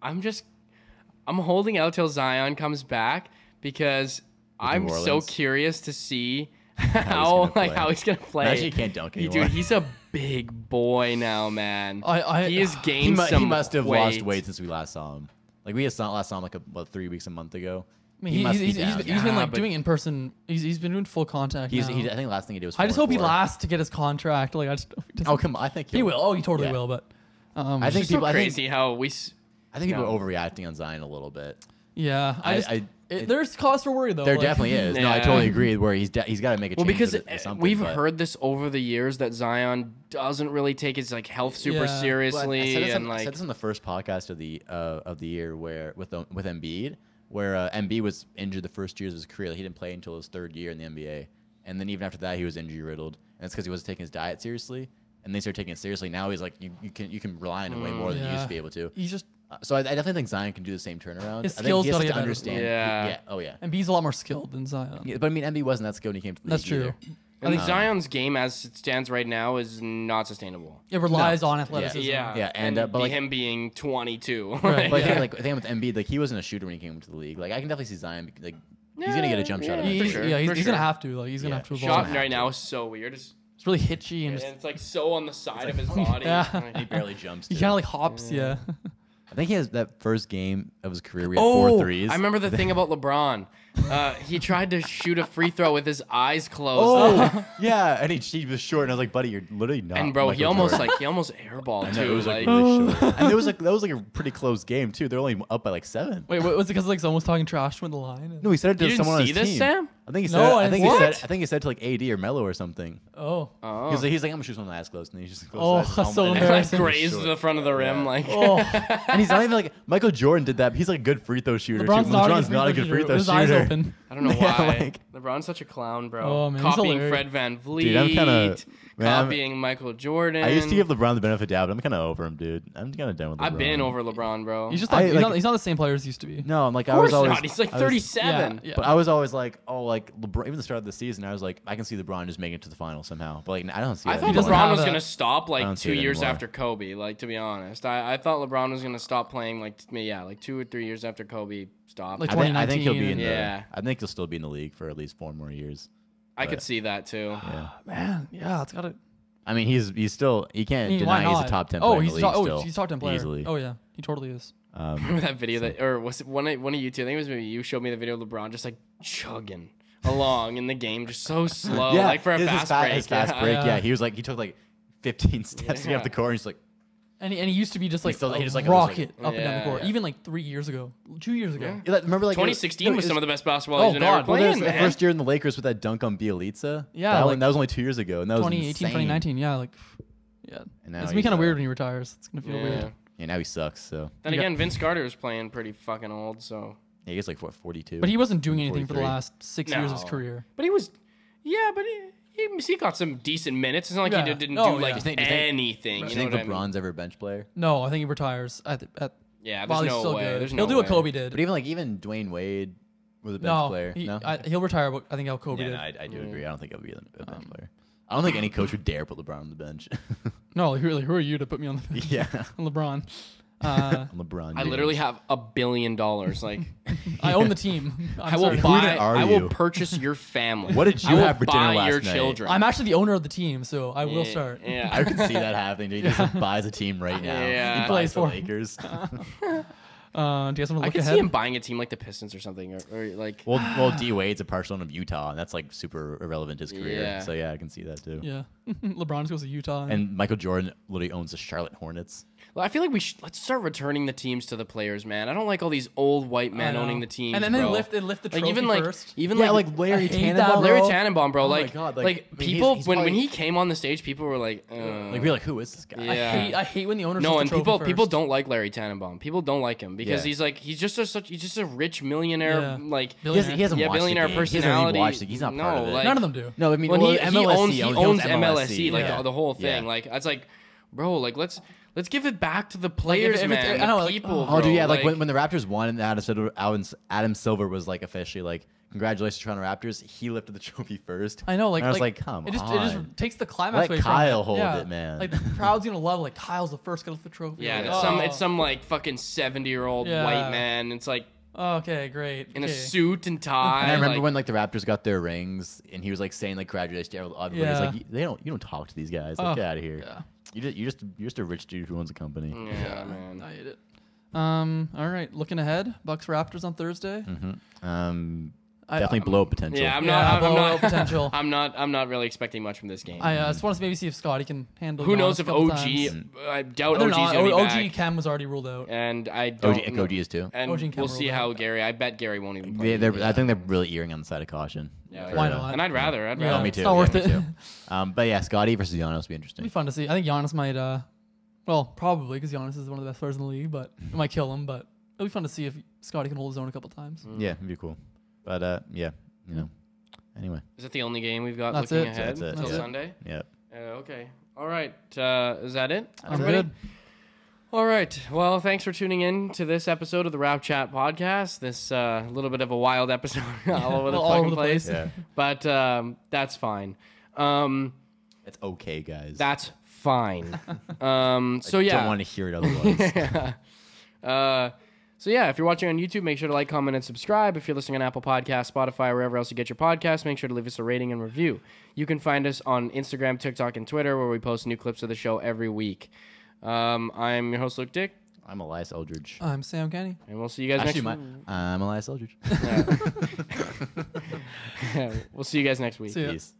I'm just, I'm holding out till Zion comes back because I'm so Orleans? curious to see gonna how, like play. how he's gonna play. Imagine he can't dunk He- anymore. Dude, he's a big boy now, man. I- I- he has he gained he, mu- some he must have weight. lost weight since we last saw him. Like we saw last saw him like a, what three weeks a month ago. I mean, he, he, must he's, he's, be he's down. been, he's been Yeah, like but- doing in person. He's, he's been doing full contact. He's, now. he, I think last thing he did was. I just four hope he and four. lasts to get his contract. Like I just hope he doesn't- Oh come on! I think he he'll- will. Oh, he totally Yeah. will. But um, I think It's so people. I think, crazy how we. s- I think people No. are overreacting on Zion a little bit. yeah, I, I- just, I- it, it- there's cause for worry though. There like- definitely is. No, I Yeah. totally agree. Where he's de- he's got to make a Well, change. because to the- to uh, something, we've but- heard this over the years that Zion doesn't really take his like health super Yeah. Well, I- Well, I said I- seriously, I, said this and on, I said like this on the first podcast of the uh, of the year where with the, with Embiid, where uh, Embiid was injured the first years of his career. Like, he didn't play until his third year in the NBA, and then even after that, he was injury riddled, and it's because he wasn't taking his diet seriously. And they started taking it seriously. Now he's like, you, you can you can rely on him way more than you used Mm, Yeah. to be able to. He's just Uh, So I, I definitely think Zion can do the same turnaround. His I skills think he has gotta to get better. understand. Yeah. yeah. Oh yeah. and B's a lot more skilled than Zion. yeah. But I mean, Embiid wasn't that skilled when he came to the That's league true. either. I think Zion's game as it stands right now is not sustainable. It relies on athleticism. Yeah, Yeah, and, uh, but, be- like- him being 22. Right, But like, I think Yeah. like the thing with Embiid, like he wasn't a shooter when he came into the league. Like I can definitely see Zion, be- like he's gonna get a jump Yeah, shot. out of for He's, it. yeah, sure, he's, for he's gonna sure. have to. Like he's gonna Yeah. have to evolve. shot right now is so weird. It's, It's really hitchy and and just it's like so on the side of his body. Yeah. He barely jumps. he too. kind of like Mm. hops. Yeah. I think he has that first game of his career. We had Oh, four threes. I remember the thing about LeBron. Uh, he tried to shoot a free throw with his eyes closed. Oh, yeah, and he, he was short, and I was like, "Buddy, you're literally not." And bro, he Michael almost Jordan." like he almost airballed I know, too. it was like like, really short, and it was like that was like a pretty close game too. They're only up by like seven. Wait, what, was it because like someone was talking trash when the line? No, he said it to You didn't someone on see his this, team. Sam? I think he said. No, I I think he said. didn't. I think he said to like AD or Melo or something. Oh. oh. He's like, he's like, I'm gonna shoot someone with eyes closed, and he's just closed Oh, eyes, and so almost- and it was like embarrassing. grazed short. the front of the rim. Like, Oh. and he's not even like Michael Jordan did that. He's like a good free throw shooter. LeBron's too. not, LeBron's not a good free throw His shooter. eyes open. I don't know Yeah, why. like- LeBron's such a clown, bro. Oh, man, he's Copying hilarious. Fred Van Vliet. Dude, I'm kinda- man, I'm- copying Michael Jordan. I used to give LeBron the benefit of the doubt, but I'm kind of over him, dude. I'm kind of done with LeBron. I've been over LeBron, bro. He's just I, like, he's, like- not, he's not the same player as he used to be. No, I'm like of I course was always. not. He's like I was- 37. Yeah, yeah. But I was always like, oh, like LeBron. Even the start of the season, I was like, I can see LeBron just making it to the final somehow. But like, I don't see. I that thought doesn't anymore. LeBron have was that. gonna stop I like don't two see it years anymore. after Kobe. Like to be honest, I, I thought LeBron was gonna stop playing like t- yeah, like two or three years after Kobe stopped. Like I I, think, I think he'll be in 2019 the. Yeah. I think he'll still be in the league for at least four more years. could see that too. Yeah. Man, yeah, it's gotta. I mean, he's he's still he I can't mean, why deny not? he's a top ten. Oh, player in he's the to- league oh, still, he's top ten player. easily. Oh yeah, he totally is. Um, Remember that video that or was it one of- one of you two? I think it was maybe you showed me the video of LeBron just like chugging along in the game, just so slow, yeah, Oh, like for a his- his fast fa- break. His fast yeah. break. Yeah, Yeah. he was like he took like 15 steps to get up the Yeah. court. And he's like, And he, and he used to be just like still- a he just, like, was, like- rocket up and down the Yeah. court, even like three years ago, two years ago. Yeah, like, remember like it was- 2016 no, was it some of the best basketball Oh, he's been ever God. Well, playing, There's the man. first year in the Lakers with that dunk on Bielitsa. Yeah, that, like- one- that was only two years ago, and that was 2018, insane. 2019. Yeah, like, yeah. And now it's gonna be he's, kind of uh, weird when he retires. It's gonna feel yeah. weird. Yeah, now he sucks. So Then Yeah. again, Vince Carter was playing pretty fucking old, so. yeah, he gets like what 42. But he wasn't doing anything for the 43. last six years of his No. career. But he was, yeah, but he, he, he got some decent minutes. It's not like Yeah. he did, didn't Oh, do yeah. like Do you think- do you think- anything. Do You you know think what I LeBron's mean? ever a bench player? No, I think he retires at the, at Yeah, while Uh, there's he's no still way. good. There's He'll no do way. what Kobe did. But even like even Dwayne Wade was a bench no, player. he, no, I, he'll retire. But I think how Kobe yeah, Um, did. no, I, I do agree. I don't think he'll be a a bench player. I don't think any coach would dare put LeBron on the bench. no, like, really, who are you to put me on the bench? yeah, LeBron? Uh, on LeBron. I James. literally have a billion dollars. Like, I own the team. I'm I will sorry. buy. are I you? will purchase your family. What did I you will have for dinner buy last your night? children. I'm actually the owner of the team, so I will Yeah, start. Yeah. I can see that happening. Dude. He just buys a team right now. Yeah. he He plays plays the for- Lakers. Uh, do you guys want to I look could ahead? see him buying a team like the Pistons or something, or, or like. Well, well, D Wade's a partial of Utah, and that's like super irrelevant to his career. Yeah. So yeah, I can see that too. Yeah, LeBron just goes to Utah. And Michael Jordan literally owns the Charlotte Hornets. I feel like we should let's start returning the teams to the players, man. I don't like all these old white men I owning the know. teams. And then they bro. lift they lift the trophy like even like first. even Yeah, like, like Larry I hate that, Tannenbaum. Uh, Larry bro. Tannenbaum, bro. Oh my like God, like, like, I mean, he's- people he's when when probably- he came on the stage, people were like, uh, Like we're like, who is this guy? Yeah. I hate I hate when the owners no, lift the and trophy people first. people don't like Larry Tannenbaum. People don't like him because Yeah. he's like he's just a such he's just a rich millionaire Yeah. like He hasn't, he hasn't yeah watched the billionaire game. He hasn't personality. even watched it. He's not part No, of it. like- None of them do. no, I mean, when well, he, he MLSC, owns he owns, owns MLSC, MLSC like yeah. the, the whole Yeah. thing. Like it's like, bro, like let's let's give it back to the players, if it's- man. I know, the like, people. Oh, bro, dude, yeah. Like, when, when the Raptors won and Adam Silver, Adam, Adam Silver was like officially like, congratulations, Toronto Raptors. He lifted the trophy first. I know, like And I was like, come it just, on. It just takes the climax Let away from Kyle it. hold Yeah. it, man. Like the crowd's gonna love. Like Kyle's the first to lift the trophy. yeah, and Like, it's some oh. it's some like fucking seventy year old Yeah. white man. It's like okay, great. in a okay. suit and tie. and I remember like, when like the Raptors got their rings, and he was like saying like congratulations to everybody. He's Yeah. like, "You- they don't, you don't talk to these guys. Like, Oh, get out of here. yeah. You just, you just, you're just a rich dude who owns a company. Yeah, man. I hate it. Um. All right. Looking ahead, Bucks Raptors on Thursday. Mm-hmm. Um, I- definitely blow up potential. Yeah, I'm Yeah, not. I'm, I'm blowout not. potential. I'm not. I'm not really expecting much from this game. I uh, just want to maybe see if Scotty can handle. Who Giannis knows a if couple OG? times. I doubt They're OG's not. gonna be OG back. Cam was already ruled out. and I don't. OG, know- OG is too. And OG and we'll Cameron see will how be back. Gary. I bet Gary won't even play. They, they're, I think they're really earing on the side of caution. Yeah, For, why uh, not? and I'd rather. I'd Yeah. rather. me it's too. not yeah, worth me it. too. Um, but yeah, Scotty versus Giannis would be It'd be interesting. fun to see. I think Giannis might. Uh, well, probably because Giannis is one of the best players in the league, but it might kill him. But it'll be fun to see if Scotty can hold his own a couple times. Yeah, Mm. it'd be cool. But uh, yeah, you know. Anyway, Is that the only game we've got That's looking it. ahead That's it, till yeah. Sunday? yeah. Uh, okay. All right. Uh, is that it? I'm everybody? good. All right. Well, thanks for tuning in to this episode of the Rap Chat podcast. This uh, little bit of a wild episode all over the All fucking over the place, place. Yeah. but um, that's fine. Um, It's okay, guys. that's fine. Um, so yeah. Don't want to hear it otherwise. Uh, so yeah, if you're watching on YouTube, make sure to like, comment, and subscribe. If you're listening on Apple Podcasts, Spotify, wherever else you get your podcasts, make sure to leave us a rating and review. You can find us on Instagram, TikTok, and Twitter, where we post new clips of the show every week. Um, I'm your host Luke Dick, I'm Elias Eldridge. Uh, I'm Sam Kenny. and we'll see you guys Actually, my, next. I'm Elias Eldridge. week. we'll see you guys next week. See ya. Peace.